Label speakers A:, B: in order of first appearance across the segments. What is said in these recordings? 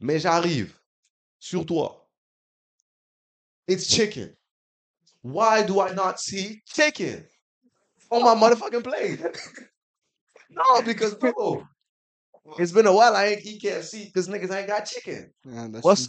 A: Mais j'arrive sur toi. It's chicken. Why do I not see chicken on my motherfucking plate? no, because bro, it's been a while I ain't eat KFC because niggas ain't got chicken.
B: Yeah, Ah, that's
A: What's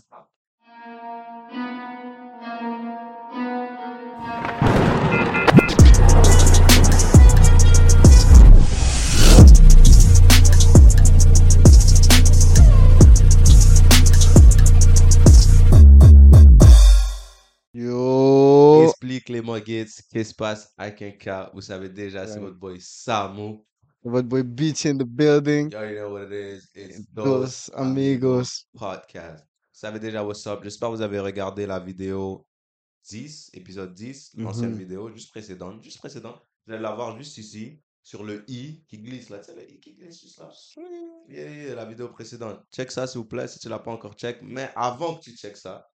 B: Yo.
A: Explique les Gates, qu'est-ce qui se passe à Quinca. Vous savez déjà, c'est
B: Ouais.
A: votre boy Samu.
B: Votre boy Beach in the building.
A: You already know what it is. It's Dos
B: Dos amigos.
A: Podcast. Vous savez déjà what's up. J'espère que vous avez regardé la vidéo 10, épisode 10, l'ancienne
B: Mhm.
A: vidéo, juste précédente. Juste précédente. Vous allez la voir juste ici, sur le i qui glisse là. Tu sais, le i qui glisse juste là. Yeah, yeah, la vidéo précédente. Check ça, s'il vous plaît, si tu l'as pas encore check. Mais avant que tu check ça,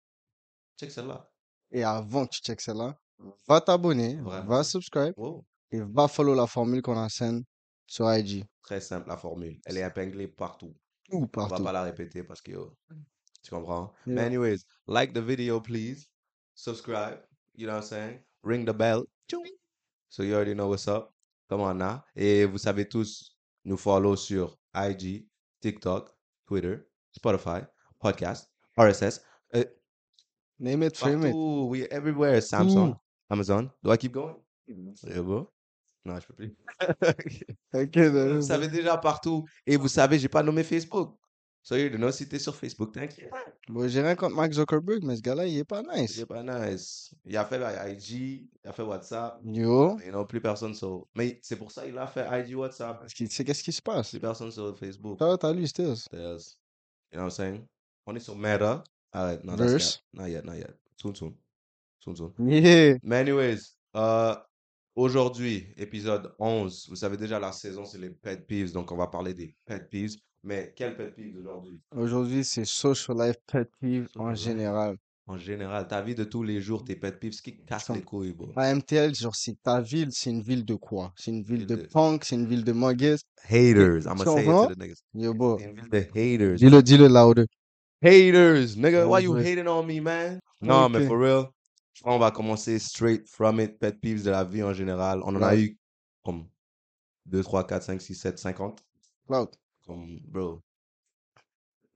A: check celle-là.
B: Et avant que tu checkes celle-là, va t'abonner,
A: Ouais.
B: va subscribe
A: Wow.
B: et va follow la formule qu'on enseigne sur IG.
A: Très simple, la formule. Elle est épinglée partout.
B: Tout
A: On va
B: partout. Mmh.
A: pas la répéter parce que yo, tu comprends.
B: Yeah.
A: Mais anyways, like the video please, subscribe, you know what I'm saying? Ring the bell. Tchoum. So you already know what's up. Come on now. Et vous savez tous, nous follow sur IG, TikTok, Twitter, Spotify, podcast, RSS, euh,
B: Name it, Mmh. frame it.
A: partout, we everywhere. Samsung, Amazon. Do I keep going?
B: Mmh.
A: Yeah, bro. Non, je peux plus.
B: T'inquiète.
A: Vous
B: euh,
A: savez déjà partout. Et vous savez, j'ai pas nommé Facebook. So you already know, si t'es sur Facebook, t'inquiète.
B: Bon, j'ai rien contre Mark Zuckerberg, mais ce gars-là, il est pas nice.
A: C'est pas nice. Il a fait la IG, il a fait WhatsApp.
B: Yo.
A: mais non, plus personne sur. Mais c'est pour ça qu'il a fait IG WhatsApp.
B: Parce qu'il sait qu'est-ce qui se passe.
A: Plus personne sur Facebook.
B: Shout out à lui, Stills.
A: There's- You know what I'm saying? On est sur Meta. Alright, no, that's
B: Verse.
A: not, not yet, not yet. Soon, soon. Soon, soon.
B: Yeah.
A: Mais anyways, euh, aujourd'hui, épisode 11. Vous savez déjà, la saison, c'est les pet peeves. Donc, on va parler des pet peeves. Mais quel pet peeve aujourd'hui?
B: Aujourd'hui, c'est social life pet peeve
A: Social
B: en
A: life.
B: général.
A: En général, ta vie de tous les jours, tes pet peeves, ce qui te casse les couilles, bro.
B: À MTL, genre, c'est ta ville, c'est une ville de quoi? C'est une ville
A: Ville
B: de
A: de-
B: punk, c'est une ville de muggers.
A: Haters. I'm gonna say it
B: Tu
A: to
B: comprends?
A: the niggas.
B: Yo, bro.
A: They reveal the haters.
B: Dis-le, dis-le louder.
A: Haters, nigga.
B: Ouais,
A: Why you
B: ouais.
A: hating on me, man? Non, mais
B: Ok.
A: for real, je pense qu'on va commencer straight from it. Pet peeves de la vie en général. On en a
B: Grave.
A: eu comme 2, 3, 4, 5, 6, 7, 50.
B: Loud.
A: Comme, bro,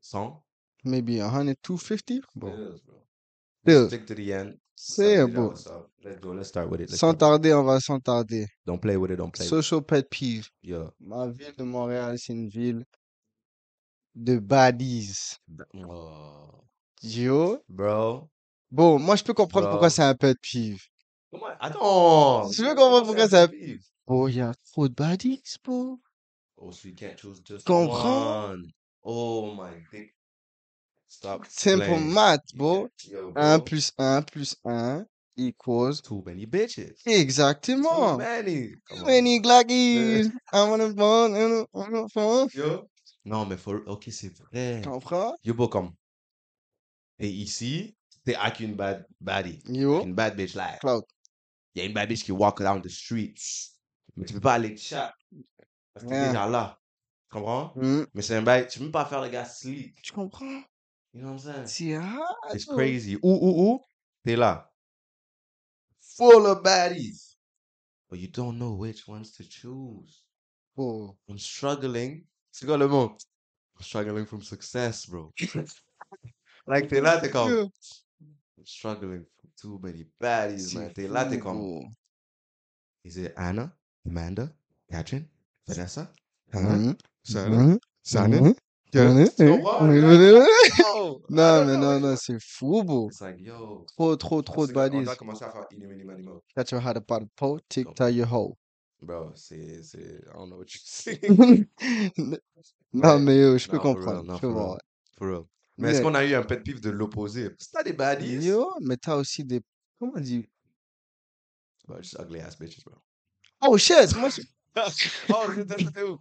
A: 100.
B: Maybe 100, 250? Bro.
A: Haters, bro.
B: Still,
A: Stick to the end. Déjà,
B: c'est beau.
A: what's up? Let's go. Let's start with it. Let's
B: Sans
A: start with
B: tarder, on va sans tarder.
A: it. Don't play with it. Don't play with it.
B: Social pet peeve.
A: Yeah.
B: Ma ville de Montréal, c'est une ville de baddies.
A: Oh.
B: Yo.
A: Bro.
B: Bon, moi, je peux comprendre
A: Grave.
B: pourquoi c'est un pet peeve.
A: Comment? Attends.
B: Tu veux comprendre pourquoi ça-
A: Pet peeves?
B: Bro, il y a trop de baddies, bro.
A: Oh, so you can't choose just
B: Comprends?
A: one. Oh my dick. Stop.
B: Simple
A: playing.
B: math,
A: You
B: bro.
A: can't- Yo,
B: 1
A: bro.
B: plus 1 plus 1 equals.
A: Too many bitches. Too
B: Exactement.
A: many. Come on.
B: Many Glackies. I wanna bone, I wanna bone.
A: Yo. Non, mais faut. Ok, c'est vrai.
B: Tu comprends?
A: Yo, beau comme. T'es ici, t'es avec une bad baddie. Avec
B: Yo.
A: une bad bitch, là.
B: Cloud.
A: Y'a une bad bitch qui walk down the street. Mais tu peux pas aller te chat. Parce que t'es
B: Ouais.
A: déjà là. Tu comprends?
B: Hmm.
A: Mais c'est un bail. Tu peux même pas faire le gars sleep.
B: Tu comprends?
A: You know what I'm saying?
B: C'est ah,
A: It's
B: yo.
A: crazy. Ou, ou, ou, t'es là. Full of baddies. But you don't know which ones to choose.
B: Bro.
A: I'm struggling. C'est quoi le mot? I'm struggling from success, bro. like, t'es là, t'es comme.
B: Yo.
A: I'm struggling from too many baddies, man. T'es là, t'es
B: fou,
A: comme.
B: bro.
A: Is it Anna, Amanda, Catherine, Vanessa, Hannah,
B: Hmm.
A: Sarah,
B: Hmm.
A: Zanin?
B: Hmm.
A: Karen?
B: Hmm.
A: Tu comprends? Là, Yo,
B: Hmm.
A: I
B: Non,
A: don't know
B: mais non,
A: which
B: non,
A: one.
B: c'est fou, bro.
A: It's like, yo.
B: Trop, trop,
A: I
B: trop de
A: think on- On
B: baddies.
A: doit commencer à faire Ini, Mini, Mani, Mo.
B: Catch your heart about a pole, tick
A: Comme-
B: tie your hoe.
A: Bro, c'est, c'est, I don't know what you see.
B: Non,
A: Ouais.
B: mais yo, je peux
A: Non, for real,
B: comprendre.
A: non,
B: Je peux
A: for real.
B: voir.
A: For real. Mais est-ce qu'on a eu un pet peeve de l'opposé? C'est pas des baddies.
B: Yo, mais t'as aussi des. Comment on dit?
A: Bro, just ugly ass bitches, bro.
B: Oh shit! Moi, je-
A: oh, c'était, c'était où?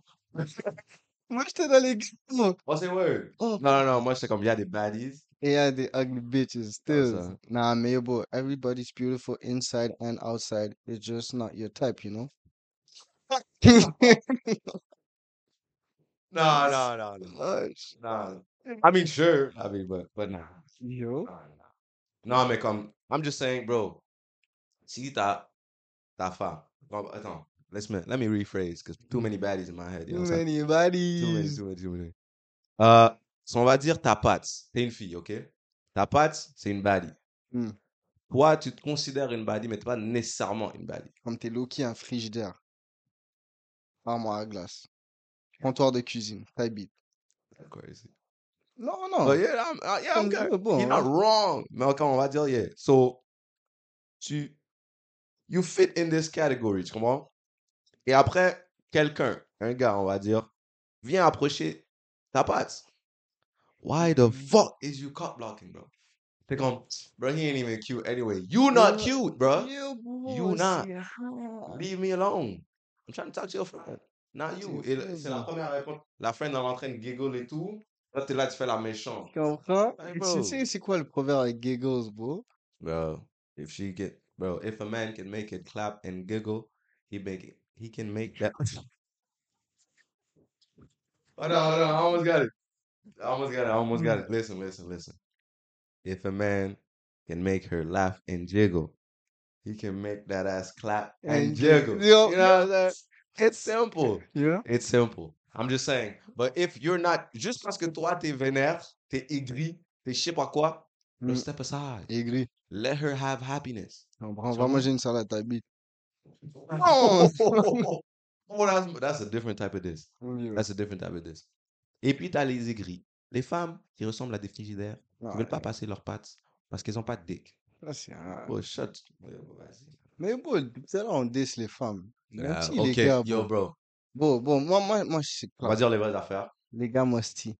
B: moi j'étais dans les gars.
A: Oh, c'est word.
B: Oh.
A: Non, non, non, moi, c'est comme, il y a des baddies.
B: Et y a des ugly bitches still.
A: Ah, ça.
B: Nah, mais yo, bro, everybody's beautiful inside and outside. It's just not your type, you know?
A: Non, non, non, non.
B: Oh, shit.
A: non.
B: Eh.
A: I mean, sure. I mean, but but nah.
B: Yo.
A: No, I mean, come. I'm just saying, bro. See that that far. Attends. Let's me let me rephrase because too many baddies in my head. You know
B: Too
A: what I'm saying?
B: many
A: Too many,
B: bodies.
A: too many, too many. Euh, so on va dire ta patte, t'es une fille, ok? Ta patte, c'est une baddie.
B: Hmm.
A: Toi, tu te considères une baddie, mais t'es pas nécessairement une baddie.
B: Comme t'es Loki, un frigidaire. Armoire à glace. Comptoir de cuisine. Taille bite.
A: Crazy.
B: Non, non.
A: But yeah, I'm, uh, yeah, I'm
B: Oh. Comme-
A: good.
B: euh, bon,
A: You're not
B: hein.
A: wrong. Mais ok, on va dire, yeah. So, tu, you fit in this category, tu comprends? Et après, quelqu'un, un gars, on va dire, vient approcher ta patte. Why the fuck is you cock blocking, bro? T'es comme, bro, he ain't even cute anyway. You not
B: Yeah.
A: cute, bro.
B: Yo, bro,
A: you not.
B: c'est rare.
A: Leave me alone. I'm trying to talk to your friend. Not
B: Talk to
A: you.
B: your
A: Et
B: friend,
A: le- c'est la
B: bro.
A: première réponse. La friend, elle est en train de giggle et tout. Là, t'es là, tu fais la méchante.
B: Tu comprends?
A: Hey,
B: Et Tu
A: bro.
B: sais, c'est quoi le proverbe avec giggles, bro?
A: Bro, if she get, bro, if a man can make it clap and giggle, he make it. He can make that. Hold on, hold on. I almost got it. I almost got it. I almost got
B: Mm.
A: it. Listen, listen, listen. If a man can make her laugh and jiggle, he can make that ass clap and,
B: And
A: jiggle.
B: jiggle.
A: You know
B: Yo,
A: what
B: yo.
A: I'm saying? It's simple.
B: Yeah.
A: It's simple. I'm just saying. But if you're not, juste parce que toi, t'es vénère, t'es aigri, t'es je sais pas quoi, bro,
B: Mm.
A: step aside.
B: Aigri.
A: Let her have happiness.
B: On prend- on
A: Tu
B: va
A: comprends?
B: manger une salade, taille bite.
A: Oh, that's, that's a different type of this.
B: Yo.
A: That's a different type of this. Et puis, t'as les aigris. Les femmes qui ressemblent à des frigidaires, qui
B: Ah,
A: veulent pas passer leurs pattes parce qu'elles ont pas de dick.
B: ça, c'est rare.
A: Oh, shut. Vas-y.
B: Mais bon, depuis tout à l'heure, on diss les femmes. Même
A: Ah,
B: si les
A: ok,
B: gars,
A: yo,
B: bon.
A: bro.
B: Bon, bon, moi, moi, moi, je sais
A: On
B: pas.
A: va dire les vraies affaires.
B: Les gars, musty.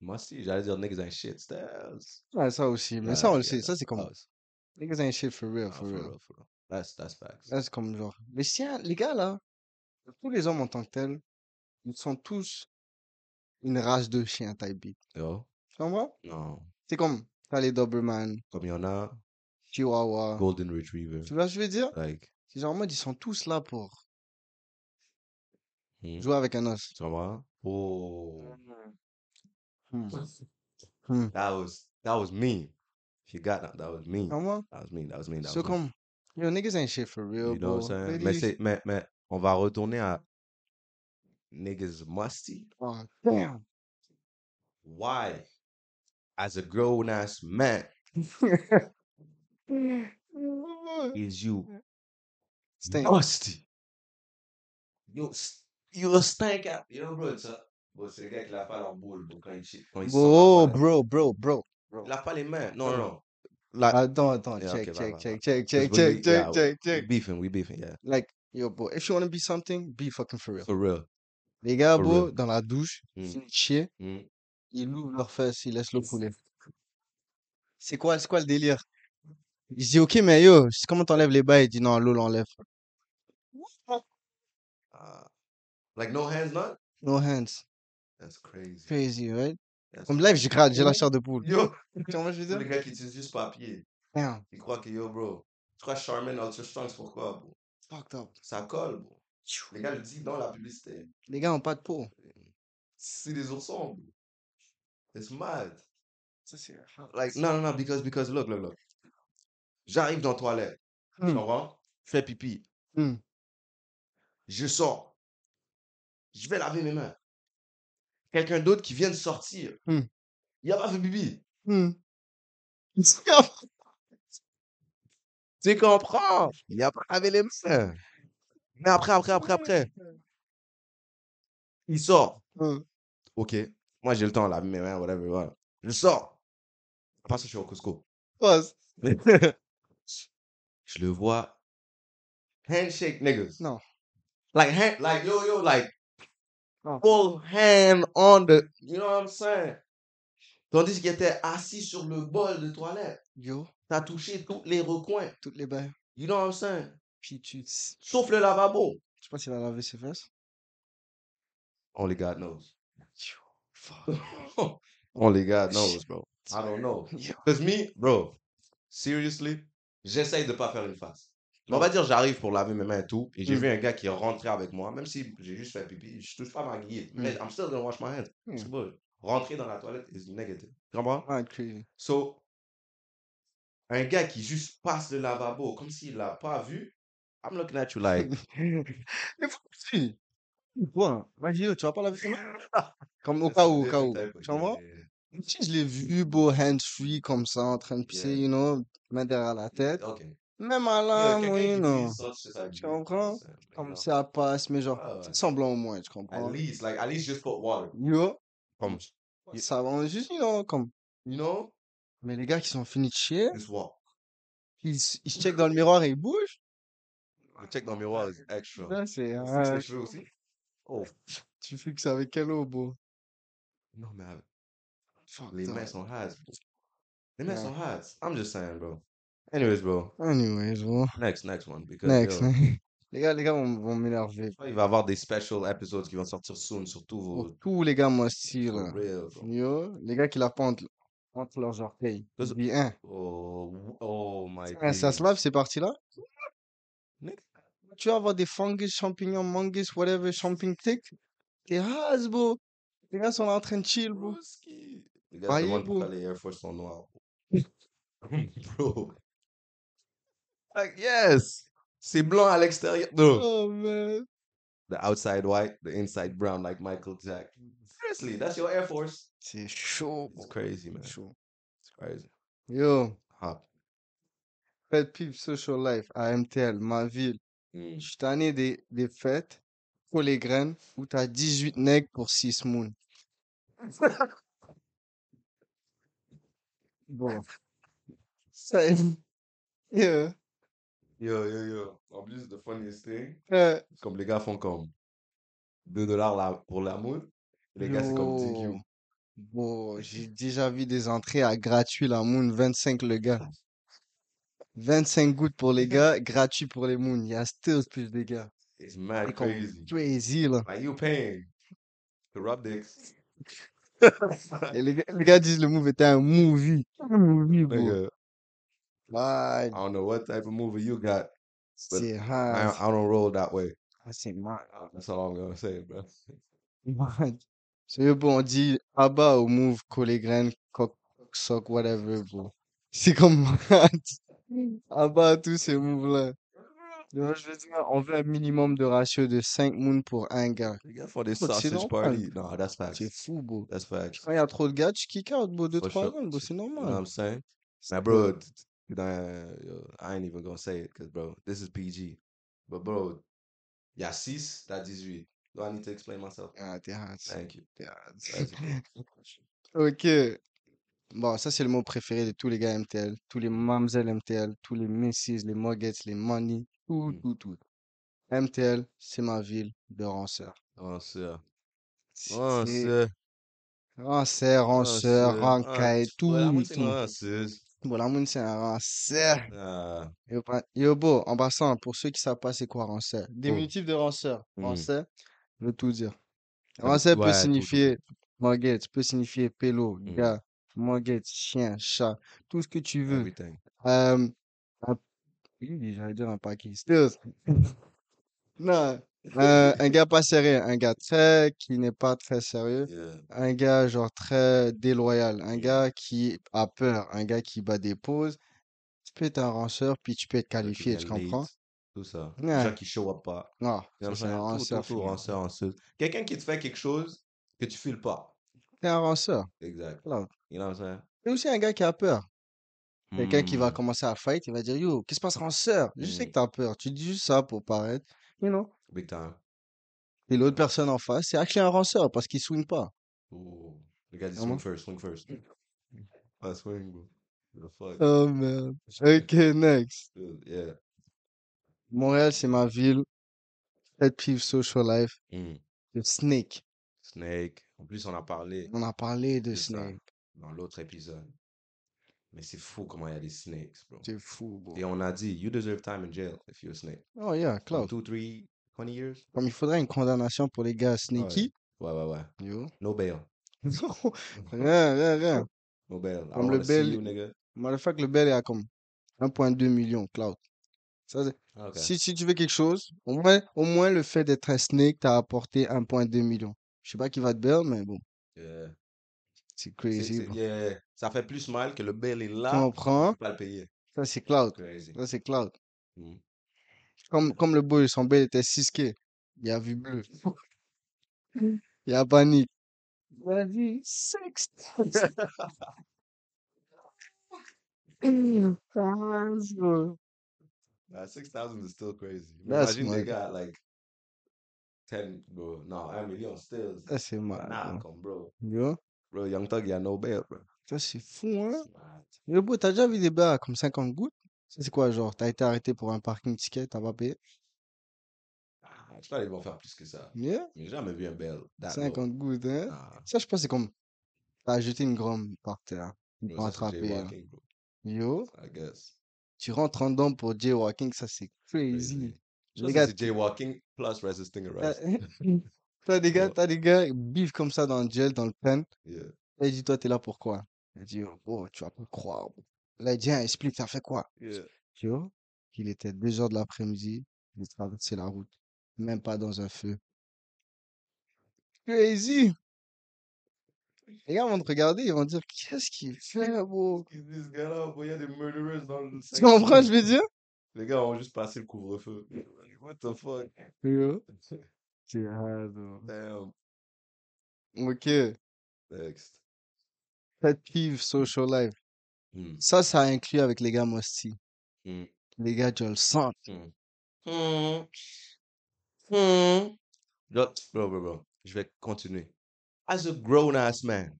A: Moi aussi, j'allais dire niggas ain't shit. Styles.
B: Ouais, ça aussi. Mais ça,
A: Nah,
B: on le
A: yeah,
B: sait. Ça, c'est comme.
A: that was-
B: Niggas ain't shit for real,
A: nah,
B: for
A: for
B: real.
A: real, for real. That's, that's facts.
B: Là, c'est comme genre. Les siens, les gars, là, tous les hommes en tant que tels, ils sont tous une race de chiens type B.
A: Yo,
B: Tu comprends?
A: non.
B: C'est comme, t'as les Doberman,
A: Comme il y en a,
B: Chihuahua.
A: Golden Retriever.
B: Tu vois ce que je veux dire?
A: Like,
B: C'est genre en mode, ils sont tous là pour
A: hmm,
B: jouer avec un os.
A: tu vois? Oh. Mm.
B: Hmm. Hmm.
A: That was, that was mean. If you got that, that was
B: Tu
A: mean.
B: comprends?
A: That was mean, that was mean, that
B: So
A: was mean.
B: comme, yo, niggas ain't shit for real,
A: You know what
B: bro.
A: I'm saying? Mais,
B: Ladies.
A: c'est, mais, mais on va retourner à niggas musty.
B: Oh, damn.
A: Why? As a grown ass man, is you
B: Hmm.
A: Oh,
B: Stink.
A: musty? Yo, s- you a stank out. You know, bro, ça. Bon, c'est le gars qui lave pas leur boule bro, quand il shit- quand il se sent
B: Bro,
A: la toilette.
B: bro, bro, bro.
A: Il
B: bro.
A: lave pas les mains. Non, non,
B: Bro.
A: non. Like,
B: Attends, attends.
A: yeah,
B: Uh, Check,
A: okay, bye,
B: check,
A: bye, bye.
B: check, check,
A: 'Cause
B: check,
A: when
B: check,
A: we, yeah, mm.
B: check, check,
A: we
B: check.
A: beefing, we beefing, yeah.
B: Like, yo, bro, if you wanna be something, be fucking for real.
A: For real,
B: Les gars,
A: for
B: bro,
A: real.
B: dans la douche, ils
A: Mm,
B: finissent de chier,
A: mm.
B: ils ouvrent leurs fesses, ils laissent l'eau couler. C'est quoi, c'est quoi le délire? Je dis, ok, mais yo, c'est comment t'enlèves les bails? Il dit, non, l'eau l'enlève.
A: Ah, like, no hands, not?
B: No hands.
A: That's crazy.
B: Crazy, right?
A: That's
B: Comme live, je gratte, j'ai la
A: crazy.
B: chair de poule.
A: Yo,
B: Tu vois ce que je
A: tous
B: veux
A: les
B: dire?
A: gars qui utilisent juste papier,
B: Damn,
A: ils croient que yo, bro, tu crois Charmin Ultra Strong, c'est pourquoi, bro?
B: fucked up.
A: Ça colle, bro.
B: Tchou.
A: Les gars le disent dans la publicité.
B: Les gars ont pas de peau.
A: C'est des oursons, bro. It's mad.
B: Ça, c'est
A: Like, non, non, non, because, because, look, look, look. J'arrive dans la toilette, tu
B: Hmm,
A: comprends? Je fais pipi,
B: hmm.
A: je sors, je vais laver mes mains. Quelqu'un d'autre qui vient de sortir,
B: Hmm.
A: il a pas fait pipi.
B: Hmm.
A: Tu comprends? Il a pas lavé les mains. Mais après, après, après, après, il sort.
B: Hmm.
A: Ok, moi j'ai le temps, là, mais ouais, whatever, voilà. Je sors. Après ça, je suis au Costco.
B: Pause.
A: Je le vois. Handshake niggas.
B: Non,
A: Like, hand, like, yo, yo, like,
B: non.
A: full hand on the. You know what I'm saying? Tandis qu'il était assis sur le bol de toilette.
B: Yo,
A: T'as touché tous les recoins.
B: toutes les bails.
A: You know what I'm saying?
B: Puis tu... Je
A: Sauf le lavabo.
B: sais pas s'il a lavé ses fesses.
A: Only Oh, God knows.
B: Tchou. Fuck.
A: Only God
B: Oh, Shit.
A: knows,
B: Ah,
A: bro. I don't know.
B: Yo.
A: Cause me, bro, seriously, j'essaye de pas faire une face. Mais on
B: Ouais.
A: va dire, j'arrive pour laver mes mains et tout, et j'ai
B: Hmm.
A: vu un gars qui est rentré avec moi, même si j'ai juste fait pipi, je touche pas ma guillette, mais
B: Hmm.
A: I'm still gonna wash my hands.
B: Hmm.
A: C'est bon. Rentrer dans la toilette is negative. Tu comprends?
B: Ah, crazy.
A: So, un gars qui juste passe le lavabo comme s'il l'a pas vu, I'm looking at you like,
B: Mais faut si. Quoi? Vas-y, yo, tu vas pas laver tes mains? Comme au cas où, au cas où. Tu vois? Si je l'ai vu, beau, hands-free, comme ça, en train de pisser, you know, main derrière la tête.
A: Ok.
B: Même à l'âme, you know. Ah, Tu comprends? Comme ça passe, mais genre,
A: Ah ouais.
B: fais semblant au moins, tu comprends?
A: At least, like, at least just put water.
B: Yo,
A: Comme, You-
B: ça va, juste, you know, comme.
A: you know,
B: Mais les gars qui sont finis de chier,
A: just walk.
B: ils, s- ils se checkent dans le miroir et ils bougent.
A: Le check dans le miroir is extra.
B: Là, c'est.
A: Tu
B: ah,
A: fixes les cheveux aussi? Oh,
B: tu fixes avec quel eau, beau?
A: non, mais avec-
B: Fuck
A: les
B: that.
A: mains sont hard. Les mains
B: Yeah.
A: sont hard. I'm just saying, bro. Anyways, bro.
B: Ah, Anyways, bon.
A: Next, next one. Because,
B: Next.
A: yo,
B: Les gars, les gars vont, vont m'énerver.
A: il va y avoir des special episodes qui vont sortir soon,
B: Oh,
A: surtout vos.
B: Pour tous les gars, moi aussi,
A: for
B: là.
A: real, bro.
B: Yo, les gars qui la pendent entre, entre leurs orteils.
A: Parce-
B: Je dis, hein,
A: Oh, w- oh my
B: hein, ça
A: days.
B: se lave, c'est parti là.
A: Nick,
B: Tu vas avoir des fungus, champignons, mangus, whatever, champignon tick. T'es rase, bro. Les gars sont là en train de chill, bro.
A: Broski. Les gars se
B: Voyez,
A: demandent
B: bro.
A: pourquoi les Air Force sont noirs. Bro. Like, yes! C'est blanc à l'extérieur. No.
B: Oh, man.
A: The outside white, the inside brown, like Michael Jack. Seriously, that's your Air Force.
B: C'est chaud,
A: It's
B: bro.
A: crazy, man.
B: C'est chaud.
A: It's crazy.
B: Yo,
A: Hop.
B: Fête Pipe Social Life à MTL, ma ville.
A: Mm.
B: Je suis tanné des, des fêtes, pour les graines, où t'as 18 nègres pour 6 moons. Bon. Ça, yo,
A: Yo, yo, yo. En plus, the funniest thing,
B: euh,
A: c'est comme les gars font comme 2 dollars la- pour l'amour. Les gars, c'est comme 10
B: Yo. Bon, j'ai déjà vu des entrées à gratuit la moon, 25 le gars. 25 gouttes pour les gars, gratuit pour les moons. Il y a still plus des gars.
A: It's mad
B: C'est comme
A: crazy.
B: crazy là.
A: Like, you paying to rub dicks.
B: Et les gars, les gars disent le move était un movie. Un movie, bro.
A: Nigga,
B: Ah,
A: I don't know what type of movie you got, but
B: c'est
A: I,
B: hard.
A: I don't roll that way.
B: Ah, c'est mal.
A: That's all I'm gonna say, bro.
B: Mad. Sérieux, bro, on dit Abba au move, les graines, cock, cock, sock, whatever, bro. C'est comme mad. Abba, tous ces moves-là. Tu vois, Je veux dire, on veut un minimum de ratio de 5 moons pour un gars.
A: You get for this
B: Look, c'est
A: sausage
B: normal.
A: party? No, that's facts.
B: Ah, C'est fou, bro.
A: That's facts.
B: Quand il y a trop de gars, tu kick out, bro, 2
A: For
B: 3
A: sure.
B: rounds, bro, c'est
A: You know what
B: normal.
A: I'm saying?
B: C'est
A: Now,
B: cool.
A: bro, t- t- you know, yo, I ain't even gonna say it, cause bro, this is PG. But bro, yeah, sis, that is you. Do I need to explain myself?
B: Ah, t'es hard,
A: Thank you.
B: t'es hard.
A: That's it.
B: Ok. Bon, ça, c'est le mot préféré de tous les gars MTL, tous les mamzelles MTL, tous les Mrs, les Muggets, les Money, tout,
A: Mm.
B: tout, tout. MTL, c'est ma ville de Ranceur.
A: Oh, sir.
B: C'est
A: Oh, sir.
B: Ranceur,
A: Oh,
B: Ranceur,
A: sir. Oh,
B: Rancaille,
A: t- Well, I'm
B: tout,
A: saying,
B: tout.
A: oh, sis.
B: Bon, la moune, c'est un Ranceur.
A: Nah.
B: Yo, pa- yo, beau, en passant, pour ceux qui savent pas c'est quoi ranceur.
A: Mmh.
B: Diminutif de ranceur.
A: Mhm.
B: Ranceur veut tout dire.
A: veut-
B: Ranceur
A: Mmh. ouais, tout,
B: peut
A: tout, tout.
B: signifier morguette, peut signifier pélo,
A: Mhm.
B: gars, morguette, chien, chat, tout ce que tu veux.
A: Everything.
B: Euh, un- oui, j'allais dire un paquet. Still. Non. euh,
A: Uh,
B: Un, un gars pas sérieux, un gars très, qui n'est pas très sérieux,
A: Yeah.
B: un gars genre très déloyal, un
A: Mhm.
B: gars qui a peur, un gars qui bat des pauses. Tu peux être un ranceur, puis tu peux être
A: Ceux qui
B: qualifié, tu
A: viennent
B: comprends?
A: late, Tout ça. Les
B: Ouais.
A: gens qui show up pas.
B: Non,
A: You know
B: ça
A: what
B: c'est
A: I'm saying? Tout,
B: un
A: tout,
B: ranceur,
A: tout,
B: frère.
A: ranceur, ranceuse. Quelqu'un qui te fait quelque chose que tu files pas.
B: C'est un ranceur.
A: Exact.
B: Là.
A: You know what I'm saying?
B: C'est aussi un gars qui a peur. Quelqu'un qui va
A: Hmm.
B: commencer à fight, il va dire Yo, qu'est-ce qui se passe, ranceur? Je sais
A: Mm.
B: que t'as peur. Tu dis juste ça pour paraître. You know.
A: Big time.
B: Et l'autre personne en face, c'est actually un ranceur parce qu'il swing pas.
A: Ooh. Le gars dit
B: Vraiment?
A: swing first, swing first.
B: Mm.
A: Ah, swing, bro. The fuck?
B: Oh man. Ok, next.
A: Dude, Yeah.
B: Montréal, c'est ma ville. Pet peeve, social life.
A: Mm.
B: Le Snake.
A: Snake. En plus, on a parlé
B: On a parlé de
A: de ça
B: Snake.
A: dans l'autre épisode. Mais c'est fou comment il y a des snakes, bro.
B: C'est fou, bro.
A: Et on a dit, you deserve time in jail if you're a snake.
B: Oh yeah,
A: Comme
B: Cloud.
A: 2, 3, 20 years?
B: Comme il faudrait une condamnation pour les gars sneaky.
A: Ouais, ouais, ouais.
B: Yo.
A: No bail.
B: Rien, rien, rien.
A: No bail. I
B: Comme
A: don't
B: le
A: wanna see
B: bel-
A: you, nigga.
B: Motherfucker, le bel est à comme 1,2 million, cloud. Ça, c'est-
A: Ah, Ok.
B: si, si tu veux quelque chose, au moins, au moins le fait d'être un snake t'a apporté 1,2 million. Je sais pas qui va te bail, mais bon.
A: Yeah.
B: C'est
A: C'est-
B: crazy,
A: c'est-
B: bro.
A: yeah, Ça fait plus mal que le bail est
B: Tu
A: là,
B: comprends?
A: pas le payer.
B: Ça, c'est cloud.
A: Crazy.
B: Ça, c'est cloud.
A: Mhm.
B: Comme, comme le boy, son bail était 6K. Il a vu bleu.
A: Mmh.
B: Il a panique. Il a dit 6 bro.
A: Nah, 6,000 is still crazy.
B: That's
A: Imagine they
B: mad.
A: got like 10, bro. No, I mean, on stills.
B: Ça, c'est mal,
A: Nah,
B: bro.
A: come, bro.
B: Yo,
A: Bro, Young Thug, y a no bail, bro.
B: ça, c'est fou, hein?
A: It's mad.
B: Yo, bro, t'as déjà vu des bars comme 50 gouttes? Ça, c'est quoi, genre? T'as été arrêté pour un parking ticket, t'as pas payé?
A: Ah, je pense qu'ils vont faire plus que ça.
B: Yeah,
A: J'ai jamais vu un bail that low.
B: 50 gouttes, hein?
A: Nah,
B: Ça, je pense, que c'est comme t'as jeté une gomme par terre. Ils
A: bro,
B: t'ont
A: Bah, ça c'est
B: attrapé. là.
A: jaywalking, bro.
B: Yo,
A: I guess.
B: tu rentres en dedans pour jaywalking, ça, c'est crazy.
A: Crazy. Je
B: Les
A: pense que
B: gars,
A: c'est jaywalking plus resisting
B: t'as
A: arrest.
B: t'as des gars,
A: Bro,
B: t'as des gars, ils bivent comme ça dans le gel, dans le pen.
A: yeah.
B: Là, il dit, toi, t'es là pourquoi? Il dit, oh, bro, tu vas pas croire. bro. Là, il dit, ah, explique, t'as fait quoi?
A: Yeah.
B: Tu vois, qu'il était 2 heures de l'après-midi, il traversait la route, même pas dans un feu. Crazy! Les gars vont te regarder, ils vont dire, qu'est-ce qu'il fait, bro?
A: Qu'est-ce que ce gars-là, bro, il y a des murderers dans le
B: Tu comprends,
A: section.
B: je veux dire?
A: Les gars ont juste passé le couvre-feu. What the fuck?
B: Yo, c'est hard, bro.
A: Damn.
B: Ok,
A: Next.
B: pet peeve, social life.
A: Hmm.
B: Ça, ça inclut avec les gars mosti.
A: Hmm.
B: Les gars, je le sens.
A: Hmm.
B: Mmh.
A: Hmm. Hmm. Yo, Bro, bro, bro. Je vais continuer. As a grown ass man,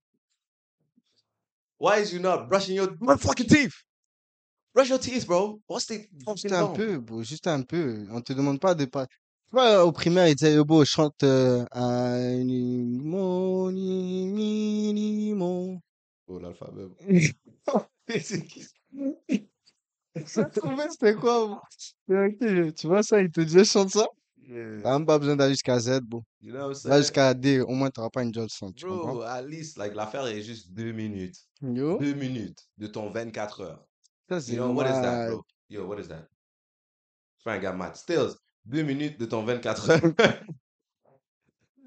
A: why is you not brushing your motherfucking teeth? Brush your teeth, bro. What's the
B: Juste
A: fucking
B: Mmh, un
A: bomb?
B: peu, bro, juste un peu. On te demande pas de pas. Tu vois, au primaire, ils disaient, yo, bro, chante euh, un morning minimum.
A: Oh, l'alphabet. bro.
B: Ça, tu trouvais, c'était quoi, bro? Mais ok, je- tu vois ça, il te dit, chante ça.
A: Yeah.
B: T'as même pas besoin d'aller jusqu'à Z, bro.
A: You know what I'm
B: Ah, Là,
A: saying?
B: jusqu'à D, au moins, t'auras pas une jolle sang, tu comprends? Oh.
A: Bro, at least, like, l'affaire est juste deux minutes.
B: Yo,
A: Deux minutes de ton 24 heures.
B: ça,
A: You
B: c'est
A: know, what is that,
B: mal.
A: bro? Yo, what is that? Try and get mad. Stills, deux minutes de ton 24 heures.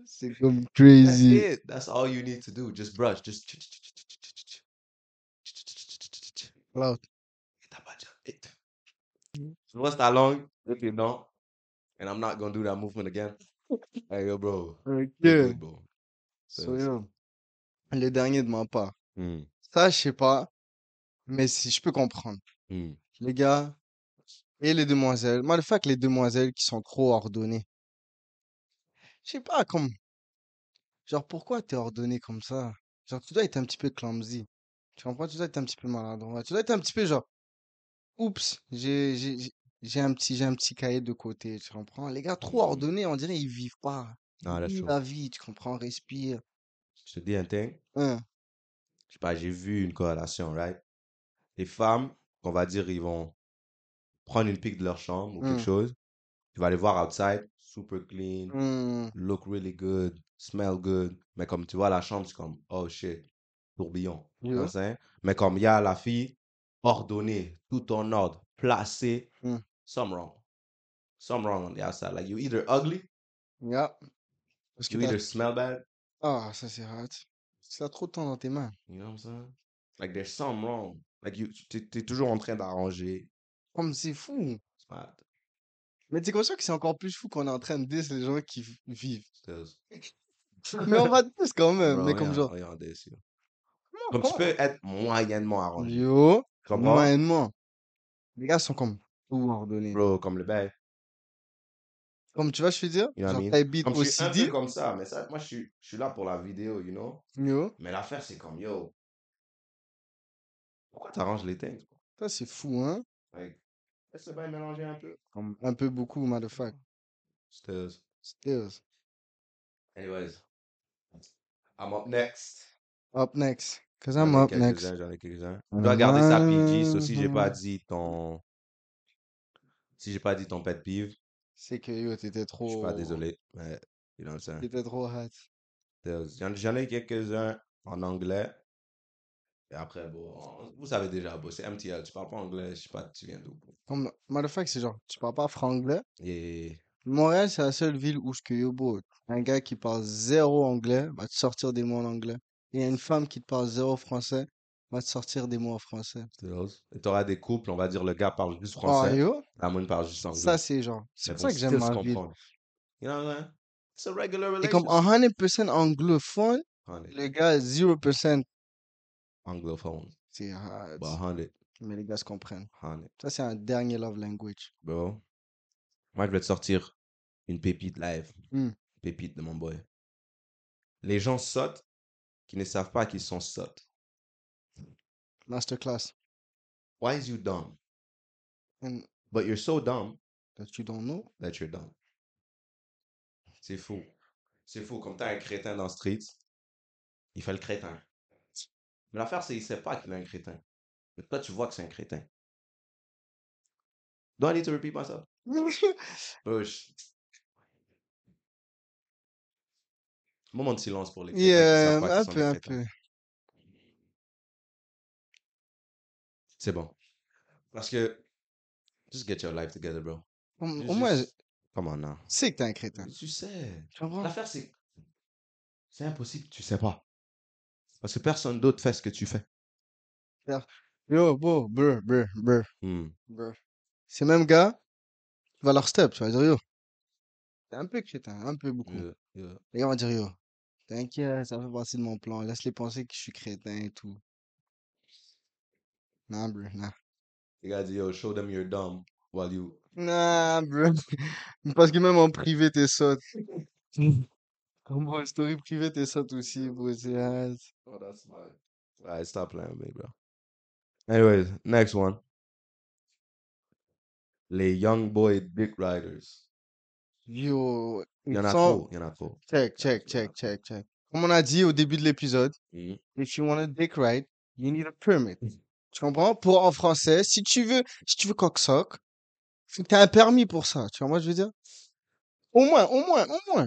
B: C'est comme
A: That's
B: crazy.
A: it. That's all you need to do. Just brush. Just.
B: Cloud.
A: Et t'as pas déjà- et- So what's that long? If you don't, and I'm not gonna do that movement again. Hey, yo, bro. You're
B: Ok.
A: good, bro.
B: So,
A: Stills.
B: yo, le dernier de ma part.
A: Mm,
B: Ça, je sais pas, mais si je peux comprendre.
A: mm,
B: Les gars et les demoiselles. Moi, le fait que les demoiselles qui sont trop ordonnées. Je sais pas, comme, genre, pourquoi t'es ordonné comme ça? Genre, tu dois être un petit peu clumsy. Tu comprends? Tu dois être un petit peu maladroit. Tu dois être un petit peu genre, oups, j'ai, j'ai, j'ai j'ai un petit, j'ai un petit cahier de côté. Tu comprends? Les gars trop
A: mm.
B: ordonnés, on dirait ils vivent pas.
A: Nah, that's
B: Vis
A: true.
B: la vie, tu comprends? Respire.
A: Je te dis un thing.
B: Hein,
A: Je sais pas, j'ai vu une corrélation, right? Les femmes, qu'on va dire, ils vont prendre une pique de leur chambre ou quelque
B: hein,
A: chose. Tu vas les voir outside, super clean,
B: hein.
A: look really good, smell good. Mais comme tu vois la chambre, c'est comme, oh shit, tourbillon. Tu vois
B: Yo.
A: ce que c'est? Mais comme il y a la fille ordonnée, tout en ordre, placée,
B: Hein.
A: some wrong. Some wrong on the outside. Like, you either ugly,
B: Yeah. Parce que
A: you
B: t'as,
A: either smell bad.
B: ah, ça c'est hard. Parce que t'as trop de temps dans tes mains.
A: You know what I'm saying? Like, there's some wrong. Like, you, t'es, t'es toujours en train d'arranger.
B: Comme Oh, c'est fou.
A: It's mad.
B: Mais t'es conscient que c'est encore plus fou qu'on est en train de dire les gens qui v- vivent.
A: Stills.
B: Mais on va de plus quand même. Mais
A: Bro,
B: comme
A: rien,
B: genre, Oh,
A: rien d'ici.
B: comment,
A: Bah hein. Comme tu peux
B: comment?
A: être moyennement arrangé.
B: oh, Yo,
A: Tu comprends?
B: moyennement. Les gars sont comme tout ordonnés.
A: Bro, comme le ben, bail.
B: Comme tu vois, je veux dire,
A: You know what I
B: genre
A: mean?
B: t'habites
A: Comme je suis un peu
B: OCD.
A: comme ça, mais ça, moi, je suis, je suis là pour la vidéo, you know?
B: Yo,
A: Mais l'affaire, c'est comme, yo, pourquoi t'arranges les things? bro?
B: ça c'est fou, hein?
A: Like, laisse le bail mélanger un peu.
B: Comme un peu beaucoup, motherfucker.
A: Stills.
B: Stills.
A: Anyways, I'm up next.
B: Up next. Cause
A: J'en
B: I'm
A: ai
B: up next.
A: quelques-uns, j'en ai quelques-uns. Je dois garder ça PG, so si j'ai pas
B: Mhm.
A: dit ton, si j'ai pas dit ton pet peeve,
B: C'est que yo, t'étais
A: je suis pas
B: trop.
A: désolé, mais, you know what I'm saying?
B: T'étais trop hot.
A: Stills. J'en j'en ai quelques-uns en anglais. Et après, bon, on- vous savez déjà, bon, c'est MTL, tu parles pas anglais, je sais pas, tu viens d'où. bro.
B: Comme, motherfucker, c'est genre, tu parles pas franglais.
A: Et
B: Montréal, c'est la seule ville où ce que yo, bro, un gars qui parle zéro anglais va te sortir des mots en anglais. Il y a une femme qui te parle zéro français, va te sortir des mots en français.
A: Tu auras des couples, on va dire le gars parle juste
B: Oh,
A: français,
B: yo,
A: la moine parle juste anglais.
B: ça c'est genre. C'est
A: Mais
B: pour
A: vont
B: ça que j'aime
A: still se
B: ma ville.
A: comprendre. You know what I'm saying? It's a regular
B: Et comme
A: relationship.
B: en 100% anglophone,
A: 100.
B: les gars, 0%.
A: Anglophone. Bah,
B: C'est hard.
A: But 100.
B: Mais les gars se comprennent.
A: 100.
B: Ça, c'est un dernier love language.
A: Bro. Moi, je vais te sortir une pépite live.
B: Hmm.
A: Pépite de mon boy. Les gens sautent qui ne savent pas qu'ils sont sottes.
B: Masterclass.
A: Why is you dumb?
B: And
A: But you're so dumb
B: that you don't know.
A: that you're dumb. C'est fou. C'est fou. Comme t'as un crétin dans le street, il fait le crétin. Mais l'affaire, c'est qu'il sait pas qu'il est un crétin. Mais toi, tu vois que c'est un crétin. Do I need to repeat myself? Euh, je- Moment de silence pour les crétins qui
B: yeah,
A: savent pas qu'ils
B: un
A: sont
B: peu,
A: des
B: un
A: crétins.
B: peu.
A: C'est bon. Parce que, just get your life together, bro.
B: Au, au
A: Juste-
B: moins, je
A: juste- Come on now.
B: sais que t'es un crétin.
A: Tu sais.
B: Tu comprends?
A: L'affaire, c'est. C'est impossible, tu sais pas. Parce que personne d'autre fait ce que tu fais.
B: Yo, bro, brr, brr, brr,
A: Hmm.
B: brr. Ces mêmes gars, tu vas leur step, tu vas dire yo. T'es un peu crétin, un peu beaucoup.
A: Yeah, yeah.
B: Les gars vont dire yo. T'inquiète, ça fait partie de mon plan. Laisse-les penser que je suis crétin et tout. Nah, bro, nah.
A: Les gars disent, yo, show them you're dumb while you.
B: Nah, bro. Parce que même en privé, t'es sotte. Comme en story privée, t'es sotte aussi, bro. C'est hard.
A: Oh, that's my. Alright, stop playing with me, bro. Anyways, next one. Les young boy dick riders.
B: Yo,
A: Il
B: ils
A: y en a
B: sont.
A: trop, il y en a trop.
B: Check, check, check, check, check. Comme on a dit au début de l'épisode,
A: Mhm.
B: if you want a dick ride, you need a permit.
A: Mm.
B: Tu comprends? Pour en français, si tu veux, si tu veux cocksock, faut que t'aies un permis pour ça. Tu vois, moi, je veux dire. Au moins, au moins, au moins.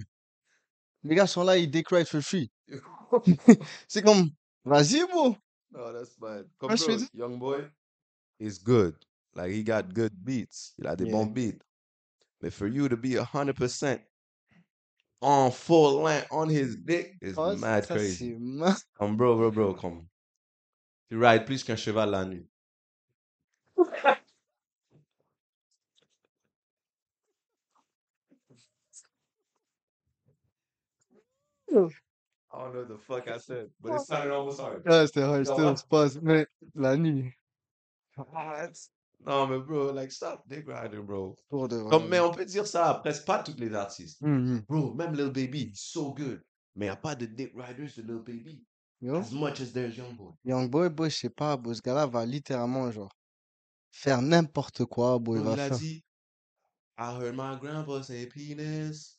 B: Les gars sont là, ils dick ride for free. C'est comme, vas-y, bro.
A: No, that's bad.
B: Ah,
A: Comme
B: je fais
A: bro,
B: ça.
A: young boy is good. Like he got good beats. Il a des
B: Yeah.
A: bons beats. But for you to be 100% on full length on his dick is
B: Oh,
A: mad
B: ça,
A: crazy.
B: c'est ma-
A: Comme bro, bro, bro, comme. Tu rides plus qu'un cheval la nuit. I don't know what the fuck I said, but
B: Oh.
A: it sounded almost hard.
B: Ah, c'était hard,
A: Ça
B: c'était
A: va?
B: on se passe, mais la nuit.
A: Non, mais bro, like stop dick riding, bro.
B: Pour de vrai.
A: Comme, mais on peut dire ça à presque pas tous les artistes.
B: Mhm.
A: Bro, même Lil Baby, he's so good. Mais y a pas de dick riders de Lil Baby.
B: Yo.
A: As much as there's young boy.
B: Young Boy, boy, je sais pas, boy, ce gars-là va littéralement, genre, faire n'importe quoi, boy, il
A: Bro,
B: va
A: il a
B: faire.
A: dit, I heard my grandpa say penis.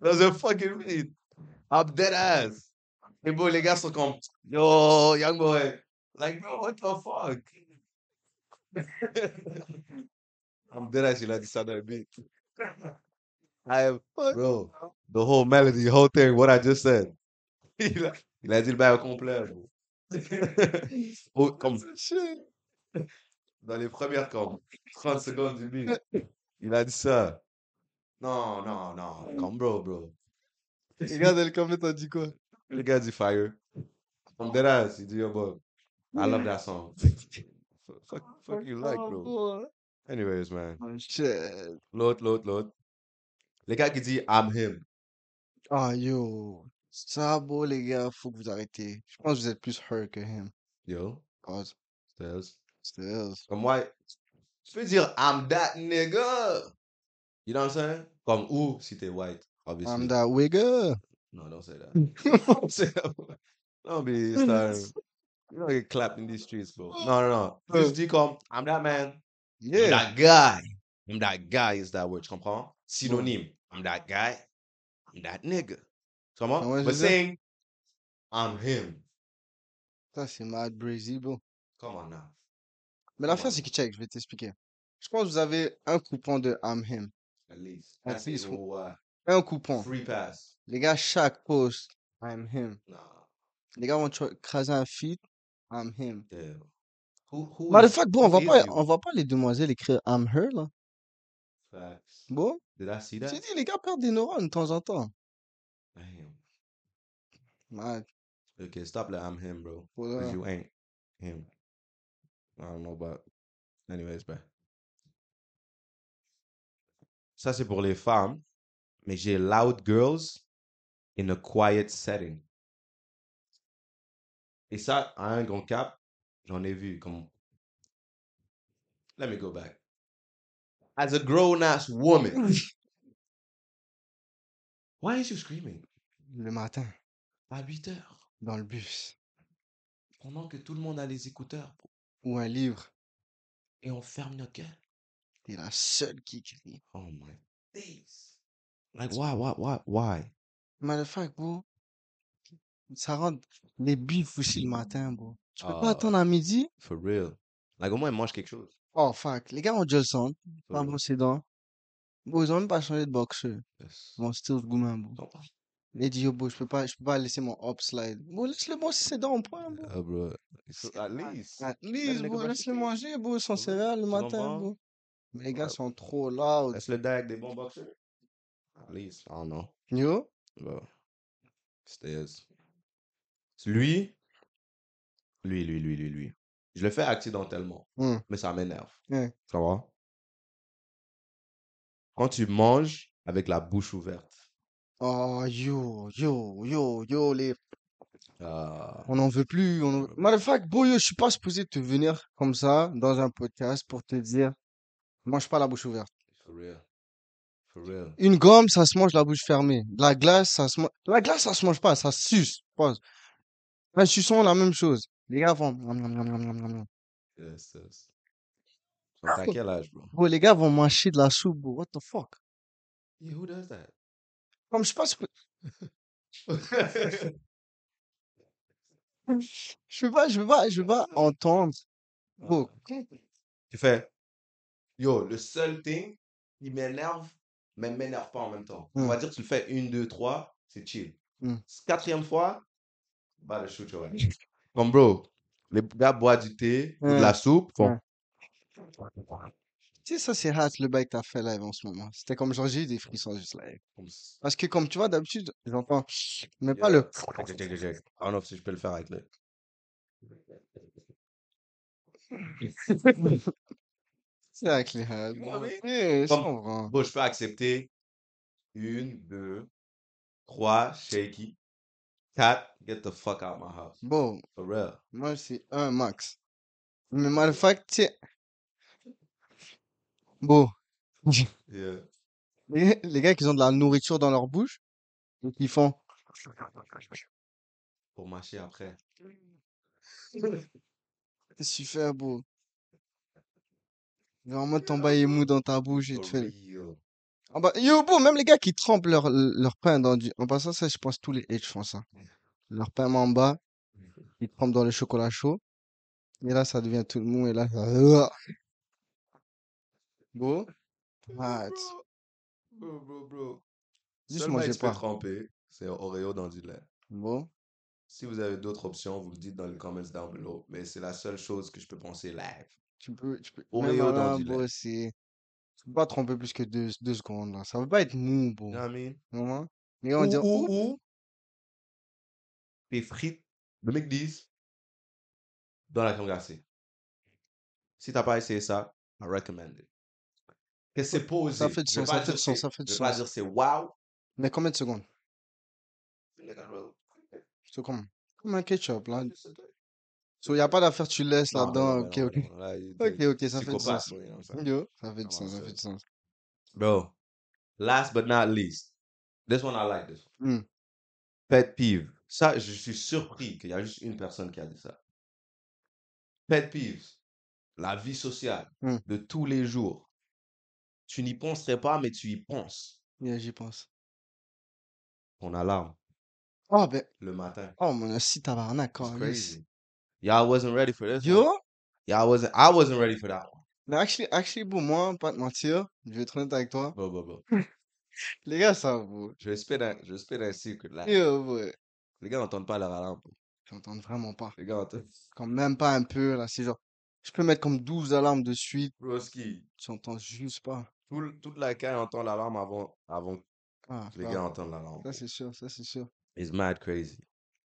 A: That's a fucking read. I'm dead ass. Et bro, les gars sont comme, yo, young boy. Like, bro, what the fuck? I'm dead ass, il a dit ça dans le beat. I am, bro, the whole melody, the whole thing, what I just said. il, a, il a dit le bail au complet, bro. Oh, comme,
B: Shit.
A: dans les premières comme 30 secondes du beat. Il a dit ça. Non, non, non. Comme bro, bro.
B: Regarde, elle, comment t'as dit quoi?
A: Le gars dit fire. Comme deadass, il dit yo, bro. I love that song. fuck, fuck you like,
B: Oh,
A: bro.
B: boy.
A: Anyways, man.
B: Oh, shit.
A: L'autre, l'autre, l'autre. Le gars qui dit I'm him.
B: Ah, yo. Ça, beau, les gars, faut que vous arrêtez. Je pense que vous êtes plus her que him.
A: Yo,
B: Cause,
A: Stills.
B: still.
A: Comme moi, tu peux dire I'm that nigga. You know what I'm saying? Comme ou si t'es white, obviously.
B: I'm that wigger.
A: No, don't say that.
B: Mm.
A: don't say that. Don't be starting. You don't get clapped in these streets, bro. No, no, no. Just dis comme, I'm that man. I'm
B: Mm. Oh. Yeah. Mm.
A: that guy. I'm that guy is that word, tu comprends? Synonyme. I'm that guy. I'm that nigga. Tu
B: Ah ouais,
A: comprends?
B: je
A: But
B: sais.
A: saying, I'm him.
B: Ça, c'est mad brazy, bro.
A: Come on now.
B: Mais
A: Come
B: l'affaire,
A: on.
B: c'est que, check, je vais t'expliquer. Je pense que vous avez un coupon de I'm him.
A: At least.
B: At
A: That's
B: least
A: a little, uh,
B: Un coupon.
A: free pass.
B: Les gars, chaque post, I'm him.
A: Nah.
B: Les gars vont tra- craser un feed, I'm him.
A: Yeah. Who, who
B: Matter of
A: is-
B: fact, bon, on Um,
A: who
B: va
A: is
B: pas,
A: you?
B: on va pas les demoiselles écrire I'm her, là.
A: Facts.
B: Bon,
A: Did I see
B: j'ai
A: that?
B: dit, les gars perdent des neurones de temps en temps.
A: Damn.
B: Mad.
A: Okay, stop that. I'm him, bro.
B: Hold
A: 'Cause
B: on.
A: you ain't him. I don't know, but anyways, bah. Ça, c'est pour les femmes. Mais j'ai loud girls in a quiet setting. Et ça, à un grand cap, j'en ai vu comme. Let me go back. As a grown ass woman, why is you screaming?
B: Le matin,
A: À 8 heures,
B: dans le bus.
A: pendant que tout le monde a les écouteurs bro,
B: Ou un livre.
A: et on ferme nos gueules.
B: T'es la seule qui crie.
A: Oh my days. Like, why, why, why, why?
B: Motherfuck, bro. Ça rentre les bifs aussi le matin, bro. Tu peux pas
A: Ah.
B: attendre à midi?
A: For real. Like, au moins, mange quelque chose.
B: Oh, fuck. Les gars ont déjà le sang.
A: For
B: Pas
A: real.
B: brossé dents. Bro, ils ont même pas changé de boxeur.
A: Yes. Oh
B: Bon, still gourmand, bro.
A: Don't buy-
B: Les dit, yo, bro, je peux pas, je peux pas laisser mon up slide. Bro, laisse-le moi si c'est dans un point, bro.
A: Ah, bro. So,
B: C'est
A: at
B: pas-
A: least.
B: At
A: Laisse
B: least,
A: le
B: bro,
A: gars
B: laisse-le
A: manger.
B: manger, bro, son
A: Ouais.
B: céréale le
A: Tu
B: matin,
A: comprends?
B: bro. Mais les gars
A: Ouais.
B: sont trop loud.
A: Laisse le gars avec des bons boxeurs. At least. I don't know.
B: Yo,
A: Bro. Stairs. Lui, lui, lui, lui, lui, lui. Je le fais accidentellement,
B: Hmm.
A: mais ça m'énerve.
B: Ouais.
A: Ça va? Quand tu manges avec la bouche ouverte.
B: Oh, yo, yo, yo, yo, les...
A: Ah.
B: On n'en veut plus. On en... veut- Motherfuck, bro, yo, je suis pas supposé te venir comme ça dans un podcast pour te dire, mange pas la bouche ouverte.
A: For real. For real.
B: Une gomme, ça se mange la bouche fermée. La glace, ça se mange... La glace, ça se mange pas, ça se suce. Pause. Un suçon, la même chose. Les gars vont... Nom, nom, nom, nom, nom, nom, nom.
A: Yes, yes. Sont à quel âge, bro?
B: Bro, les gars vont mâcher de la soupe, bro. What the fuck?
A: Yeah, who does that?
B: Comme je suis pas supposé... Je veux pas, je veux pas, je veux pas entendre. Bro,
A: Tu fais, yo, le seul thing qui m'énerve, mais m'énerve pas en même temps. On va dire que tu le fais une, deux, trois, c'est chill.
B: Mm.
A: Quatrième fois, bah le shoot your ass. Comme bro, les gars boivent du thé ou de la soupe, font.
B: Ouais.
A: Hum.
B: Tu sais, ça, c'est hâte, le bail que t'as fait live en ce moment. C'était comme genre, j'ai eu des frissons juste live.
A: comme ça.
B: Parce que, comme tu vois, d'habitude, j'entends, mais pas
A: Yeah.
B: le.
A: Check, check, check, check. I don't know Ah si je peux le faire avec le.
B: C'est avec les hâtes.
A: You know what I mean?
B: Eh, hein. je
A: Comme-
B: comprends.
A: Bon, je peux accepter une, deux, trois, shaky, quatre, get the fuck out my house.
B: Bon,
A: For real.
B: moi, c'est un max. Mais, matter of fact, tu sais. Bon,
A: Yeah.
B: les, les gars qui ont de la nourriture dans leur bouche, et qui font.
A: Pour mâcher après.
B: Qu'est-ce que tu fais, bro? Vraiment, ton bail est mou dans ta bouche et
A: For
B: tu fais.
A: real.
B: Ah bah, yo, bon, même les gars qui trempent leur, leur pain dans du. En passant, ça, je pense tous les H font ça. Leur pain en bas, ils trempent dans le chocolat chaud. Et là, ça devient tout le monde. Et là, ça... Bon, what?
A: Bro, bro, bro.
B: Juste
A: Seulement il
B: mangez
A: se peut
B: pas.
A: tremper, c'est Oreo dans du lait.
B: Bon,
A: Si vous avez d'autres options, vous le dites dans les comments down below. Mais c'est la seule chose que je peux penser live.
B: tu peux. Tu peux... Même
A: Oreo dans
B: là,
A: du lait.
B: bon, c'est. Tu peux pas tremper plus que deux, deux secondes, là. Ça veut pas être mou,
A: You
B: bon.
A: know what I mean?
B: Vraiment? Les gars, on
A: Ou,
B: dit.
A: ou, ou, tes frites de McDee's dans la crème glacée. Si t'as pas essayé ça, I recommend it. Que c'est posé.
B: Ça fait du
A: Je vais
B: sens,
A: pas
B: ça fait
A: dire
B: du sens,
A: c'est-
B: ça fait du
A: Je vais pas
B: sens.
A: dire c'est wow.
B: Mais combien de secondes? C'est comme. Comme un ketchup, là. So, y a pas d'affaire, tu laisses
A: Non, non,
B: là-dedans.
A: non,
B: Ok,
A: non,
B: ok.
A: non, non, là, il
B: Ok,
A: était
B: ok, ça fait du
A: psychopathe,
B: sens.
A: oui, non, ça.
B: Yo, ça fait du
A: Comment
B: sens, ça
A: ça?
B: fait du sens.
A: Bro, last but not least, this one I like this one.
B: Hmm.
A: Pet peeve. Ça, je suis surpris qu'il y a juste une personne qui a dit ça. Pet peeves. La vie sociale
B: Hmm.
A: de tous les jours. Tu n'y penserais pas, mais tu y penses.
B: Yeah, j'y pense.
A: Ton alarme
B: Oh, ben,
A: le matin.
B: oh, mon assis tabarnak,
A: It's
B: quand
A: crazy. Y'all wasn't ready for this one.
B: Yo,
A: Y'all wasn't, I wasn't ready for that one.
B: mais actually, actually, bon, moi, pas te mentir, je vais être honnête avec toi.
A: Bro, bro, bro.
B: Les gars, ça, bro.
A: Je vais spit un, je vais spit un secret là.
B: Yo, ouais.
A: Les gars n'entendent pas leur alarme.
B: J'entends vraiment pas.
A: Les gars entendent.
B: Quand même pas un peu, là, c'est genre, je peux mettre comme 12 alarmes de suite,
A: Broski,
B: tu entends juste pas.
A: tout le- toute la caille entend l'alarme avant, avant
B: Ah,
A: Les
B: bah,
A: gars entendent la lampe.
B: ça, c'est sûr, ça, c'est sûr.
A: It's mad crazy.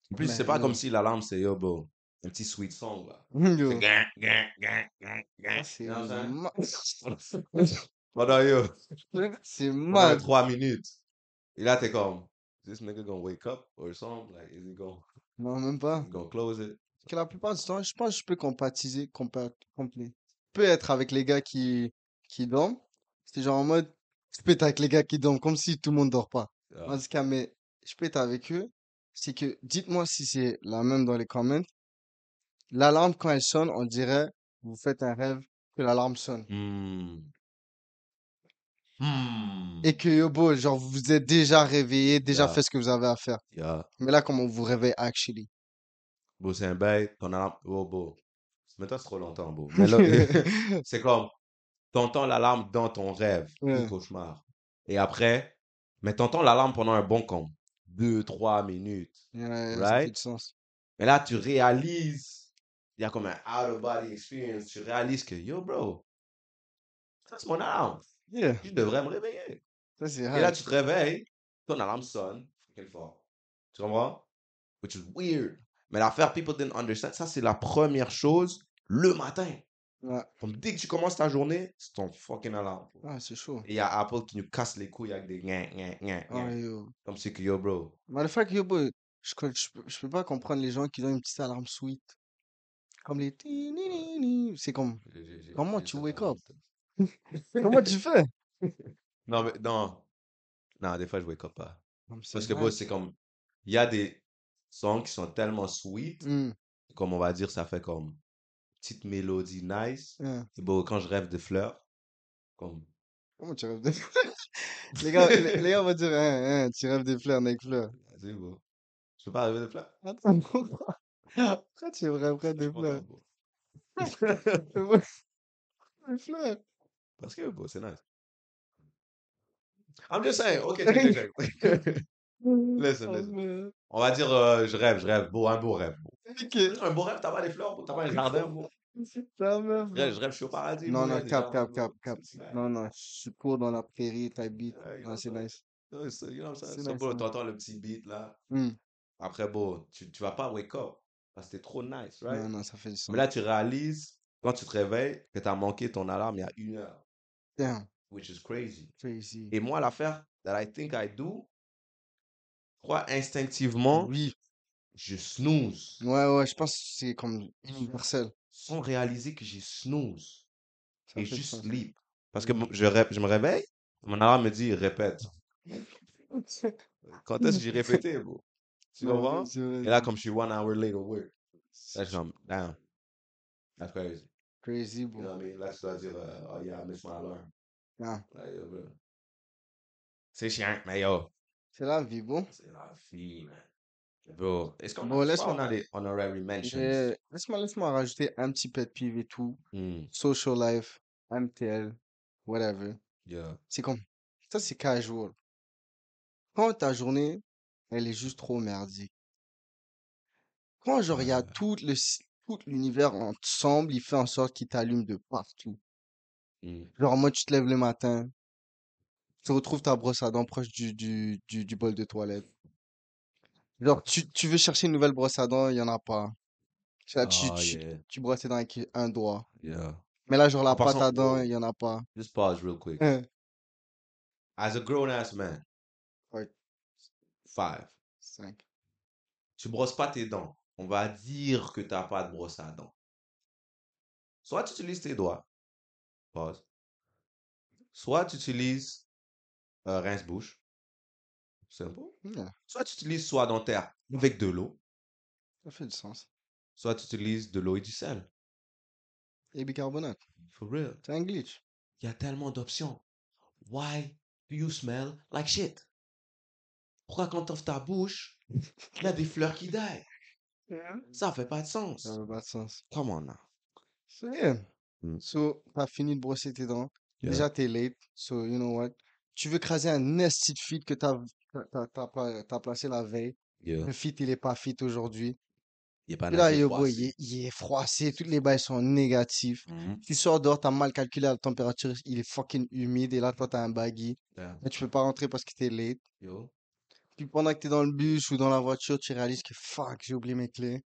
A: En plus,
B: Mais
A: c'est pas
B: Ben, oui.
A: comme si l'alarme, c'est yo, bro. Un petit sweet song, là.
B: Yo,
A: Gang, gang, gang, gang, gang.
B: c'est
A: You know what I'm
B: ma- Ah,
A: saying? Pendant yo,
B: c'est
A: pendant
B: mal.
A: trois minutes. Et là, t'es comme, is this nigga gonna wake up or something? Like, is he gonna,
B: Non, même pas.
A: he gonna close it?
B: Que la plupart du temps, je pense que je peux compatiser, compa- compla- je peux être avec les gars qui, qui dorment. C'est genre en mode, je peux être avec les gars qui dorment, comme si tout le monde dort pas.
A: Yeah.
B: En tout cas, mais je peux être avec eux. C'est que, dites-moi si c'est la même dans les comments. L'alarme, quand elle sonne, on dirait, vous faites un rêve que l'alarme sonne.
A: Hmm. Hmm.
B: Et que, yo, bro, genre, vous vous êtes déjà réveillé, déjà
A: Yeah.
B: fait ce que vous avez à faire.
A: Yeah.
B: Mais là, comment vous vous réveillez, actually?
A: Bon, c'est un bail, ton alarme. Oh, bon. Mets-toi trop longtemps, bon. Mais là, c'est comme, t'entends l'alarme dans ton rêve,
B: Ouais.
A: ton cauchemar. Et après, mais t'entends l'alarme pendant un bon camp. Deux, trois minutes.
B: Ouais, ça fait
A: Right?
B: du sens.
A: Mais là, tu réalises, il y a comme un out-of-body experience. Tu réalises que, yo, bro, ça, c'est mon alarme.
B: Yeah,
A: Je devrais me réveiller.
B: ça c'est
A: Et là,
B: hard.
A: tu te réveilles, ton alarme sonne, fucking fort. Tu comprends? Which is weird. Mais l'affaire people didn't understand, ça c'est la première chose le matin.
B: Ouais.
A: Comme dès que tu commences ta journée, c'est ton fucking alarme.
B: Ah, c'est chaud.
A: Et il y a Apple qui nous casse les couilles avec des gna, gna, gna,
B: Ah,
A: gna.
B: yo.
A: Comme si que yo bro.
B: Matter yo, boy, je, co- je, peux- je peux pas comprendre les gens qui donnent une petite alarme suite. Comme les ti- ni- ni- ni. C'est comme, Comment tu wake up? comment tu fais?
A: Non, mais non. Non, des fois je wake up pas.
B: Comme c'est
A: Parce que bro,
B: nice.
A: c'est comme. Il y a des sons qui sont tellement sweet,
B: Hmm,
A: comme on va dire, ça fait comme petite mélodie nice.
B: hein.
A: Et bro, quand je rêve de fleurs, comme.
B: Comment tu rêves des fleurs? Les gars, les, les gars vont dire, hein, hein, tu rêves des fleurs, mec, fleurs.
A: Vas-y, bro. Je peux pas rêver de fleurs?
B: Attends, pourquoi? Pourquoi tu
A: Je
B: rêverais des
A: suis
B: fleurs?
A: content, bro.
B: Des fleurs.
A: Parce que, bro, c'est nice. I'm just saying, ok, check, check, check. Listen,
B: Ah,
A: listen.
B: mais-
A: On va dire, euh, je rêve, je rêve, beau, un beau rêve. bro.
B: Ok.
A: Un beau rêve, t'as pas les fleurs, bro, t'as pas un jardin, bro.
B: Ta meuf,
A: Je rêve, je rêve, je suis au paradis.
B: Non,
A: bro, y a
B: non,
A: des
B: cap,
A: jardins,
B: cap,
A: bro.
B: cap, cap.
A: C'est nice.
B: Non, non, je cours dans la prairie, t'habites.
A: Ouais,
B: Non, c'est
A: ouais.
B: nice.
A: Ouais, c'est- You know what I'm saying?
B: C'est
A: So,
B: nice,
A: bro,
B: ouais.
A: t'entends le petit beat, là.
B: Hmm.
A: Après, bro, tu, tu vas pas wake up. Parce que c'est trop nice, right?
B: Non, non, ça fait du sens.
A: Mais là, tu réalises, quand tu te réveilles, que t'as manqué ton alarme il y a une heure.
B: Damn,
A: Which is crazy.
B: crazy.
A: Et moi, l'affaire that I think I do, je crois instinctivement,
B: Oui,
A: je snooze.
B: ouais, ouais, je pense que c'est comme universel.
A: Sans réaliser que j'ai snooze.
B: Ça
A: Et
B: fait
A: juste
B: du sens.
A: sleep. Parce que mon- je, ré- je me réveille, mon alarme me dit répète. Quand est-ce que j'ai répété, bro? Tu
B: Non,
A: comprends?
B: c'est vrai,
A: Et là,
B: c'est-
A: comme je suis one hour late at work, là,
B: c'est
A: je suis comme, damn. That's crazy.
B: Crazy,
A: You know
B: bro.
A: what I mean? Là, tu dois dire, euh, oh yeah, I missed my alarm.
B: Ah,
A: Like, yo, bro. C'est chiant, mais yo,
B: c'est la vie, bon.
A: c'est la vie, ah, man. Bro, est-ce qu'on
B: Bon,
A: a, je crois
B: laisse-moi.
A: qu'on a des honorary mentions?
B: Euh, Laisse-moi, laisse-moi rajouter un petit pet peeve et tout.
A: Hmm,
B: Social life, MTL, whatever.
A: yeah.
B: C'est comme, ça c'est casual. Quand ta journée, elle est juste trop merdique. Quand genre il y a
A: Ouais.
B: tout le, sy- tout l'univers ensemble, il fait en sorte qu'il t'allume de partout.
A: Hmm.
B: Genre moi tu te lèves le matin, tu retrouves ta brosse à dents proche du, du, du, du bol de toilette. Genre tu, tu veux chercher une nouvelle brosse à dents, il y en a pas. Tu, vois, tu,
A: Oh,
B: tu,
A: yeah,
B: tu brosses tes dents avec un doigt.
A: yeah.
B: Mais là genre la
A: En
B: pâte
A: passant,
B: à dents,
A: wow.
B: il y en a pas.
A: Just pause real quick.
B: Hein.
A: As a grown ass man,
B: Ouais,
A: five,
B: cinq.
A: tu brosses pas tes dents. On va dire que t'as pas de brosse à dents. Soit tu utilises tes doigts, pause. Soit tu utilises un rince-bouche, simple.
B: Ouais,
A: Soit tu utilises soie dentaire avec de l'eau,
B: ça fait du sens.
A: soit tu utilises de l'eau et du sel.
B: Et bicarbonate,
A: For real.
B: c'est un glitch.
A: Il y a tellement d'options. Why do you smell like shit? Pourquoi quand t'offres ta bouche, il y a des fleurs qui die? Ça fait pas de
B: Ça
A: sens.
B: fait pas de sens.
A: Come on now.
B: So, yeah.
A: Mm.
B: So, t'as fini de brosser tes dents.
A: Yeah.
B: Déjà, t'es late. So, you know what? Tu veux craser un nasty de feed que t'as, t'as, t'as, t'as pla- t'as placé la veille.
A: Yeah.
B: Le feed, il est pas fit aujourd'hui.
A: Ah Il a pas
B: Puis là,
A: nagé
B: yo,
A: froid,
B: boy,
A: c'est-
B: il est, il est froissé. Toutes les bails sont négatifs.
A: Mhm.
B: Tu sors dehors, t'as mal calculé la température. Il est fucking humide. Et là, toi, t'as un baggy.
A: Yeah.
B: Mais tu peux pas rentrer parce que t'es late.
A: Yo.
B: Puis pendant que t'es dans le bus ou dans la voiture, tu réalises que fuck, j'ai oublié mes clés.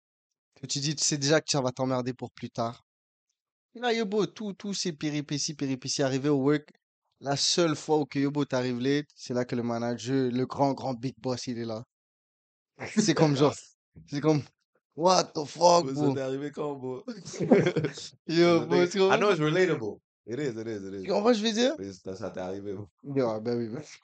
B: Que tu dis, tu sais déjà que ça va t'emmerder pour plus tard. Et là, Yobo, tout, tout ces péripéties, péripéties arrivées au work. La seule fois où que Yobo t'arrive late, c'est là que le manager, le grand, grand big boss, il est là. C'est comme genre, c'est comme, what the fuck,
A: Vous
B: bro?
A: êtes arrivé quand, bro?
B: Yo, bro, tu
A: I know
B: comprends?
A: it's relatable. It is, it is, it is.
B: Tu comprends ce que je veux dire?
A: Mais ça, ça t'est arrivé, bro.
B: Yo, ah, ben oui, ben. Ça,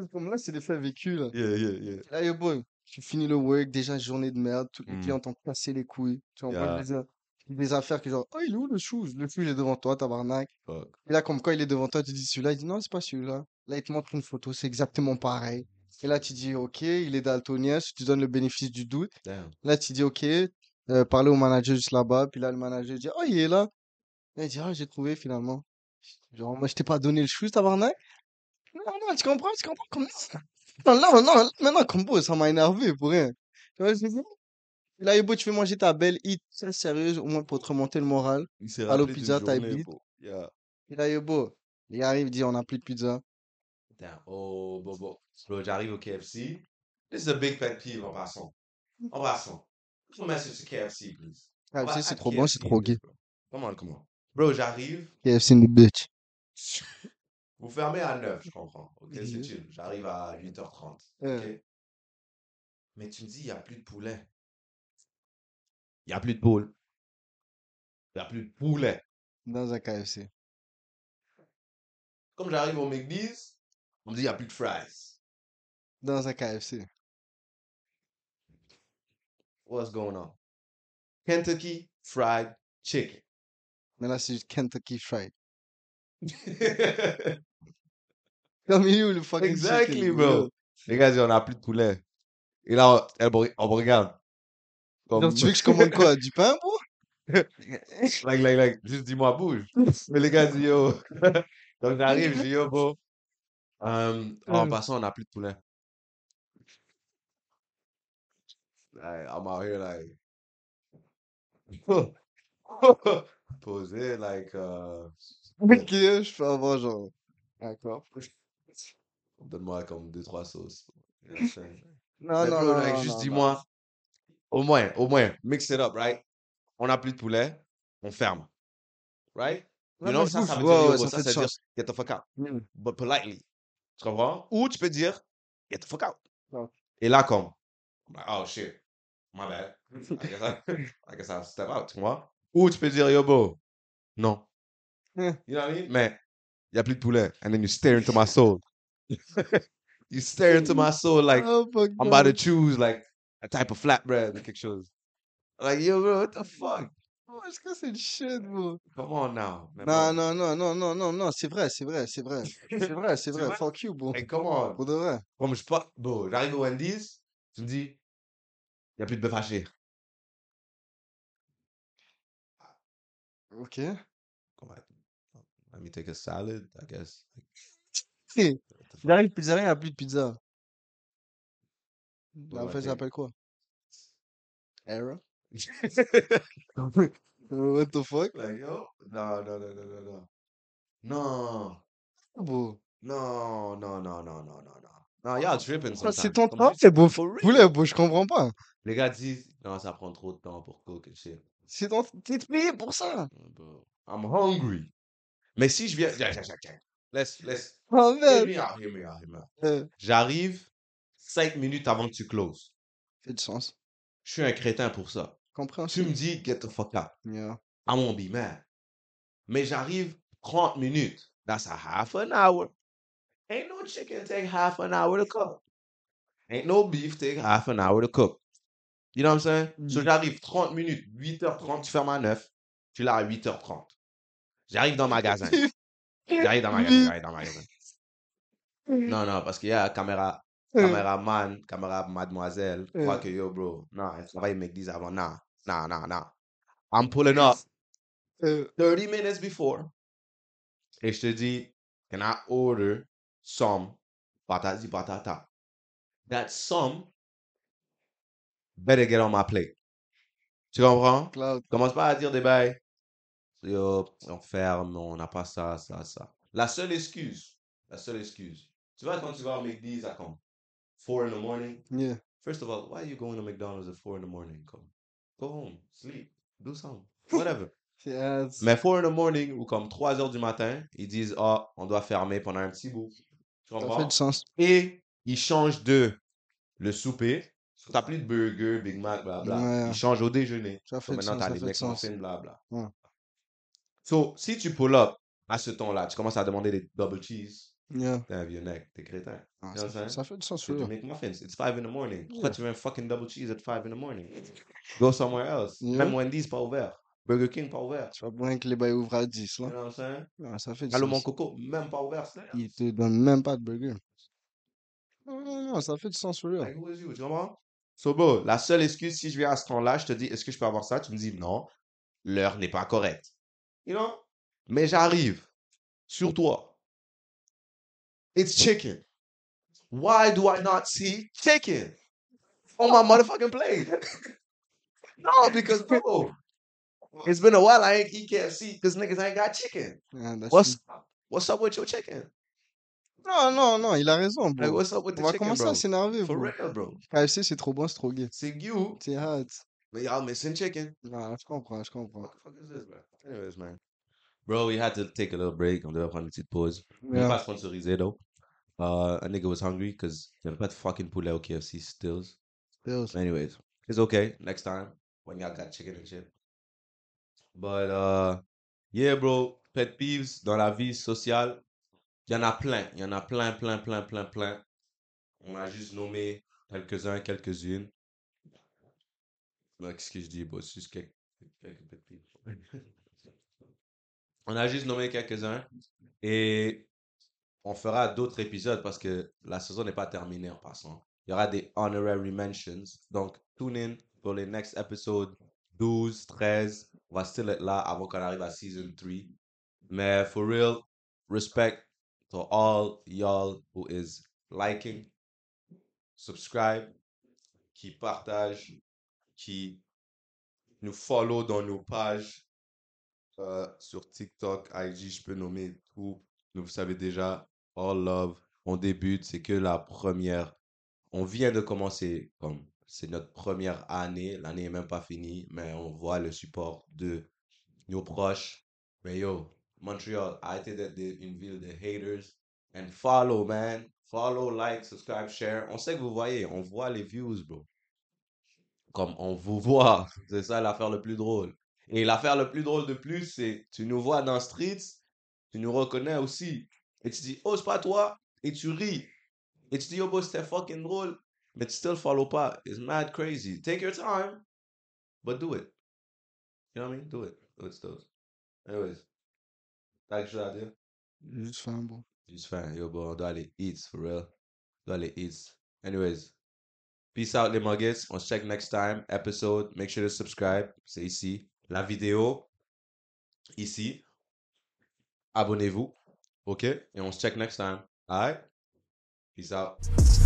B: c'est Comme là, c'est des faits vécus, là.
A: Yeah, yeah, yeah.
B: Là, yo, boy, tu finis le work, déjà journée de merde, tous les
A: Mm.
B: clients t'ont cassé les couilles. Tu envoies
A: Yeah.
B: des, a- des affaires que genre, oh, il est où le shoes? Le shoes, il est devant toi, tabarnak.
A: Fuck.
B: Et là, comme quoi, il est devant toi, tu dis celui-là, il dit non, c'est pas celui-là. Là, il te montre une photo, c'est exactement pareil. Et là, tu dis, ok, il est daltonien, si tu donnes le bénéfice du doute.
A: Damn.
B: Là, tu dis, ok, euh, parler au manager juste là-bas. Puis là, le manager dit, oh, il est là. Là, il dit, ah, j'ai trouvé finalement. Genre, moi, je t'ai pas donné le shoes, tabarnak. Non, non, tu comprends, tu comprends, comme non, là, non, maintenant, combo, ça m'a énervé pour rien. Tu vois, je dis, là, Yobo, tu fais manger ta belle hit, c'est sérieuse, au moins pour te remonter le moral.
A: Il s'est
B: Allo
A: rappelé d'une
B: Pizza, Type
A: journée,
B: Beat.
A: bro. Yeah.
B: Et là, Yobo, il arrive, il dit, on n'a plus de pizza.
A: Damn. Oh, bon, bon. Bro, j'arrive au KFC. This is a big pet
B: Ah
A: peeve en passant. En passant. Put a message to KFC, please.
B: Ah,
A: Why
B: tu sais, c'est
A: add
B: trop bon, c'est
A: KFC in
B: trop
A: this,
B: gay.
A: bro? Come on, come on. Bro, j'arrive.
B: KFC in the bitch.
A: Vous fermez à 9, je comprends. Ok, c'est
B: Yeah.
A: chill. J'arrive à 8h30.
B: Ouais.
A: Ok. Mais tu me dis, il n'y a plus de poulet. Il n'y a plus de poule. Il n'y a plus de poulet.
B: Dans un KFC.
A: Comme j'arrive au McDee's, on me dit, il n'y a plus de fries.
B: Dans un KFC.
A: What's going on? Kentucky Fried Chicken.
B: Mais là, c'est du Kentucky Fried.
A: exactly,
B: Comme il est où le fucking chicken,
A: bro. Les gars, ils disent, on n'a plus de poulet. Et là, on, elle me- on me regarde.
B: yo?
A: Comme...
B: Genre, tu veux que je commande quoi? Du pain, bro?
A: like, like, like, juste dis-moi, bouge. Mais les gars disent, yo. Donc, j'arrive, je dis, yo, bro. Euh, en
B: Euh.
A: passant, on n'a plus de poulet. Like, I'm out here, like. Posé, like, euh,
B: Ok, euh, je peux avoir genre. D'accord.
A: donne-moi comme deux, trois sauces. You know what I'm saying?
B: Non,
A: Mais
B: Ah non,
A: bro,
B: non,
A: like,
B: non,
A: juste
B: non, non.
A: dis-moi, au moins, au moins, mix it up, right? On n'a plus de poulet, on ferme, right? You
B: Ouais,
A: know,
B: ouais,
A: ça,
B: ouf,
A: ça veut
B: ouais,
A: dire, yo,
B: ouais,
A: bro, ça,
B: ça fait
A: ça Hmm.
B: du
A: veut dire,
B: sens.
A: get the fuck out,
B: Mm.
A: but politely. Tu comprends? Ou tu peux dire, get the fuck out.
B: Ouais.
A: Et là, comme, I'm like, oh shit, my bad. I guess I, I guess I'll step out, tu vois? Ou tu peux dire, yo, bro, non.
B: Hein.
A: You know what I mean? Mais, il n'y a plus de poulet. And then you stare into my soul. you stare into my soul like,
B: Oh my
A: I'm about to
B: god.
A: choose like a type of flatbread or quelque chose. Like, yo, bro, what the fuck?
B: Oh, est-ce que c'est du shit, bro?
A: Come on now. man, bro.
B: Non, non, non, non, non, non, non, c'est vrai, c'est vrai, c'est vrai. C'est vrai, c'est vrai.
A: vrai?
B: Fuck you, bro.
A: Like, come on.
B: Pour de vrai.
A: Comme je pas, bro, j'arrive au Wendy's, tu me dis, y a plus de bœuf haché.
B: Ok.
A: Come on. Let me take a salad, I guess. Like,
B: Hey,
A: what the fuck?
B: J'arrive pizzeria, il n'y a plus de pizza.
A: Bro,
B: La
A: I
B: vraie, ça
A: think-
B: s'appelle quoi? Error? Euh, What the fuck?
A: like, yo, no, no, no, no, no, no. No,
B: Bro.
A: no, no, no, no, no, no, no. No, y'all tripping
B: Ça,
A: sometimes.
B: c'est ton
A: Comme
B: temps,
A: juste-
B: c'est beau.
A: For real.
B: Poulet, bro, je comprends pas.
A: Les gars disent, non, ça prend trop de temps pour cook et shit.
B: C'est ton... T'es payé pour ça.
A: Oh, bro. I'm hungry. Mais si je viens. Jack, jack, jack, jack. Laisse, laisse.
B: Oh,
A: Hear
B: merde.
A: me out, hear me out, hear me out.
B: Euh,
A: J'arrive 5 minutes avant que tu closes.
B: fait du sens.
A: Je suis un crétin pour ça. Tu
B: Compréhensible.
A: me dis, get the fuck out.
B: Yeah.
A: I won't be mad. Mais j'arrive 30 minutes. That's a half an hour. Ain't no chicken take half an hour to cook. Ain't no beef take half an hour to cook. You know what I'm saying? So
B: Mm.
A: j'arrive 30 minutes, 8h30, tu fermes à 9. Tu l'as à 8h30. J'arrive dans le magasin. J'arrive dans le magasin, j'arrive dans le magasin.
B: Euh,
A: Non, non, parce qu'il y a caméra, caméraman, caméra mademoiselle, croit que yo, bro, non, elle travaille avec 10 avant, non, non, non, non. I'm pulling up
B: euh,
A: 30 minutes before. Et je te dis, can I order some patati patata? That some better get on my plate. Tu comprends?
B: Cloud.
A: Commence pas à dire des bails. Yo, on ferme, on n'a pas ça, ça, ça. La seule excuse, la seule excuse. Tu vois, quand tu vas au McDee's à Caen, four in the morning.
B: Yeah.
A: First of all, why are you going to McDonald's at four in the morning? Come, go home, sleep, do something, whatever.
B: Yes.
A: Mais 4 in the morning ou comme 3 heures du matin, ils disent Ah, on doit fermer pendant un petit bout. Tu
B: Ça
A: comprends?
B: fait du sens.
A: Et ils changent de le souper. T'as plus de burger, Big Mac, blabla.
B: Ouais. hein.
A: Ils changent au déjeuner. So,
B: Ça fait du
A: maintenant,
B: sens.
A: t'as
B: Ça
A: les
B: fait du sens.
A: McMuffins, blabla.
B: Ouais.
A: So, si tu pull up à ce temps-là, tu commences à demander des double cheese.
B: Yeah.
A: T'es un vieux nec, t'es crétin.
B: Ah,
A: You know what
B: ça,
A: I'm
B: fait,
A: saying?
B: ça fait du sens.
A: C'est du
B: ouais.
A: McMuffins. It's 5 in the morning. Pourquoi
B: Yeah.
A: tu veux un fucking double cheese at 5 in the morning? Go somewhere else.
B: Yeah.
A: Même Wendy's, pas ouvert. Burger King, pas ouvert.
B: Tu vas bien que les bails ouvrent à 10,
A: You
B: là.
A: know what I'm saying?
B: Ah, ça fait du
A: Allô, mon
B: sens.
A: coco, même pas ouvert, Slayer.
B: Ils te donnent même pas de burger. Non, non, non, ça fait du sens, for
A: Like,
B: real.
A: who is you, tu comprends? So, bro, la seule excuse, si je viens à ce temps-là, je te dis, est-ce que je peux avoir ça? Tu me dis, non, l'heure n'est pas correcte. You know? Mais j'arrive sur toi. It's chicken. Why do I not see chicken on my motherfucking plate? no, because, bro, it's been a while I ain't eat KFC because niggas ain't got chicken.
B: Ah, that's
A: What's, what's up with your chicken?
B: true. Non, non, non, il a raison,
A: Like,
B: bro.
A: what's up with the
B: On va
A: chicken,
B: commencer à
A: bro?
B: s'énerver,
A: For
B: bro.
A: real, bro.
B: KFC, c'est trop bon, c'est trop gay.
A: C'est you,
B: C'est hot.
A: but y'all missing chicken.
B: Non, je comprends, je comprends.
A: What the fuck is this, man? Anyways, man. Bro, we had to take a little break. On devait prendre une petite pause. On n'est
B: Yeah.
A: pas sponsorisé, though. Uh, a nigga was hungry because il n'y avait pas de fucking poulet au KFC stills.
B: Bills.
A: Anyways, it's okay. Next time when y'all got chicken and shit. But, uh, yeah, bro. Pet peeves dans la vie sociale, il y en a plein. Il y en a plein, plein, plein, plein, plein. On a juste nommé quelques-uns, quelques-unes. Ouais, Qu'est-ce que je dis, bro? C'est juste quelques, quelques pet peeves. On a juste nommé quelques-uns et on fera d'autres épisodes parce que la saison n'est pas terminée en passant. Il y aura des honorary mentions. Donc, tune in pour les next episodes 12, 13. On va still être là avant qu'on arrive à season 3. Mais for real, respect to all y'all who is liking, subscribe, qui partage, qui nous follow dans nos pages euh, sur TikTok, IG, je peux nommer tout. Vous savez déjà, all love. On débute, c'est que la première. On vient de commencer, comme c'est notre première année. L'année est même pas finie, mais on voit le support de nos proches. Mais yo, Montreal, arrêtez d'être des- une ville de haters. And follow, man. Follow, like, subscribe, share. On sait que vous voyez, on voit les views, bro. Comme on vous voit. C'est ça l'affaire le plus drôle. Et l'affaire le plus drôle de plus, c'est tu nous vois dans Streets, tu nous reconnais aussi. Et tu dis, oh, c'est pas toi. Et tu ris. Et tu dis, oh, bro, c'était fucking drôle. Mais tu still follow pas. It's mad crazy. Take your time, but do it. You know what I mean? Do it. Do it still. Anyways, t'as quelque chose à dire?
B: Juste faire un bon.
A: Juste fin. Yo, bro, on doit aller eats, for real. On doit aller eats. Anyways, peace out, les muggets. On se check next time. Episode. Make sure to subscribe. C'est ici. La vidéo, ici. abonnez-vous. OK? Et on se check next time. All right? Peace out.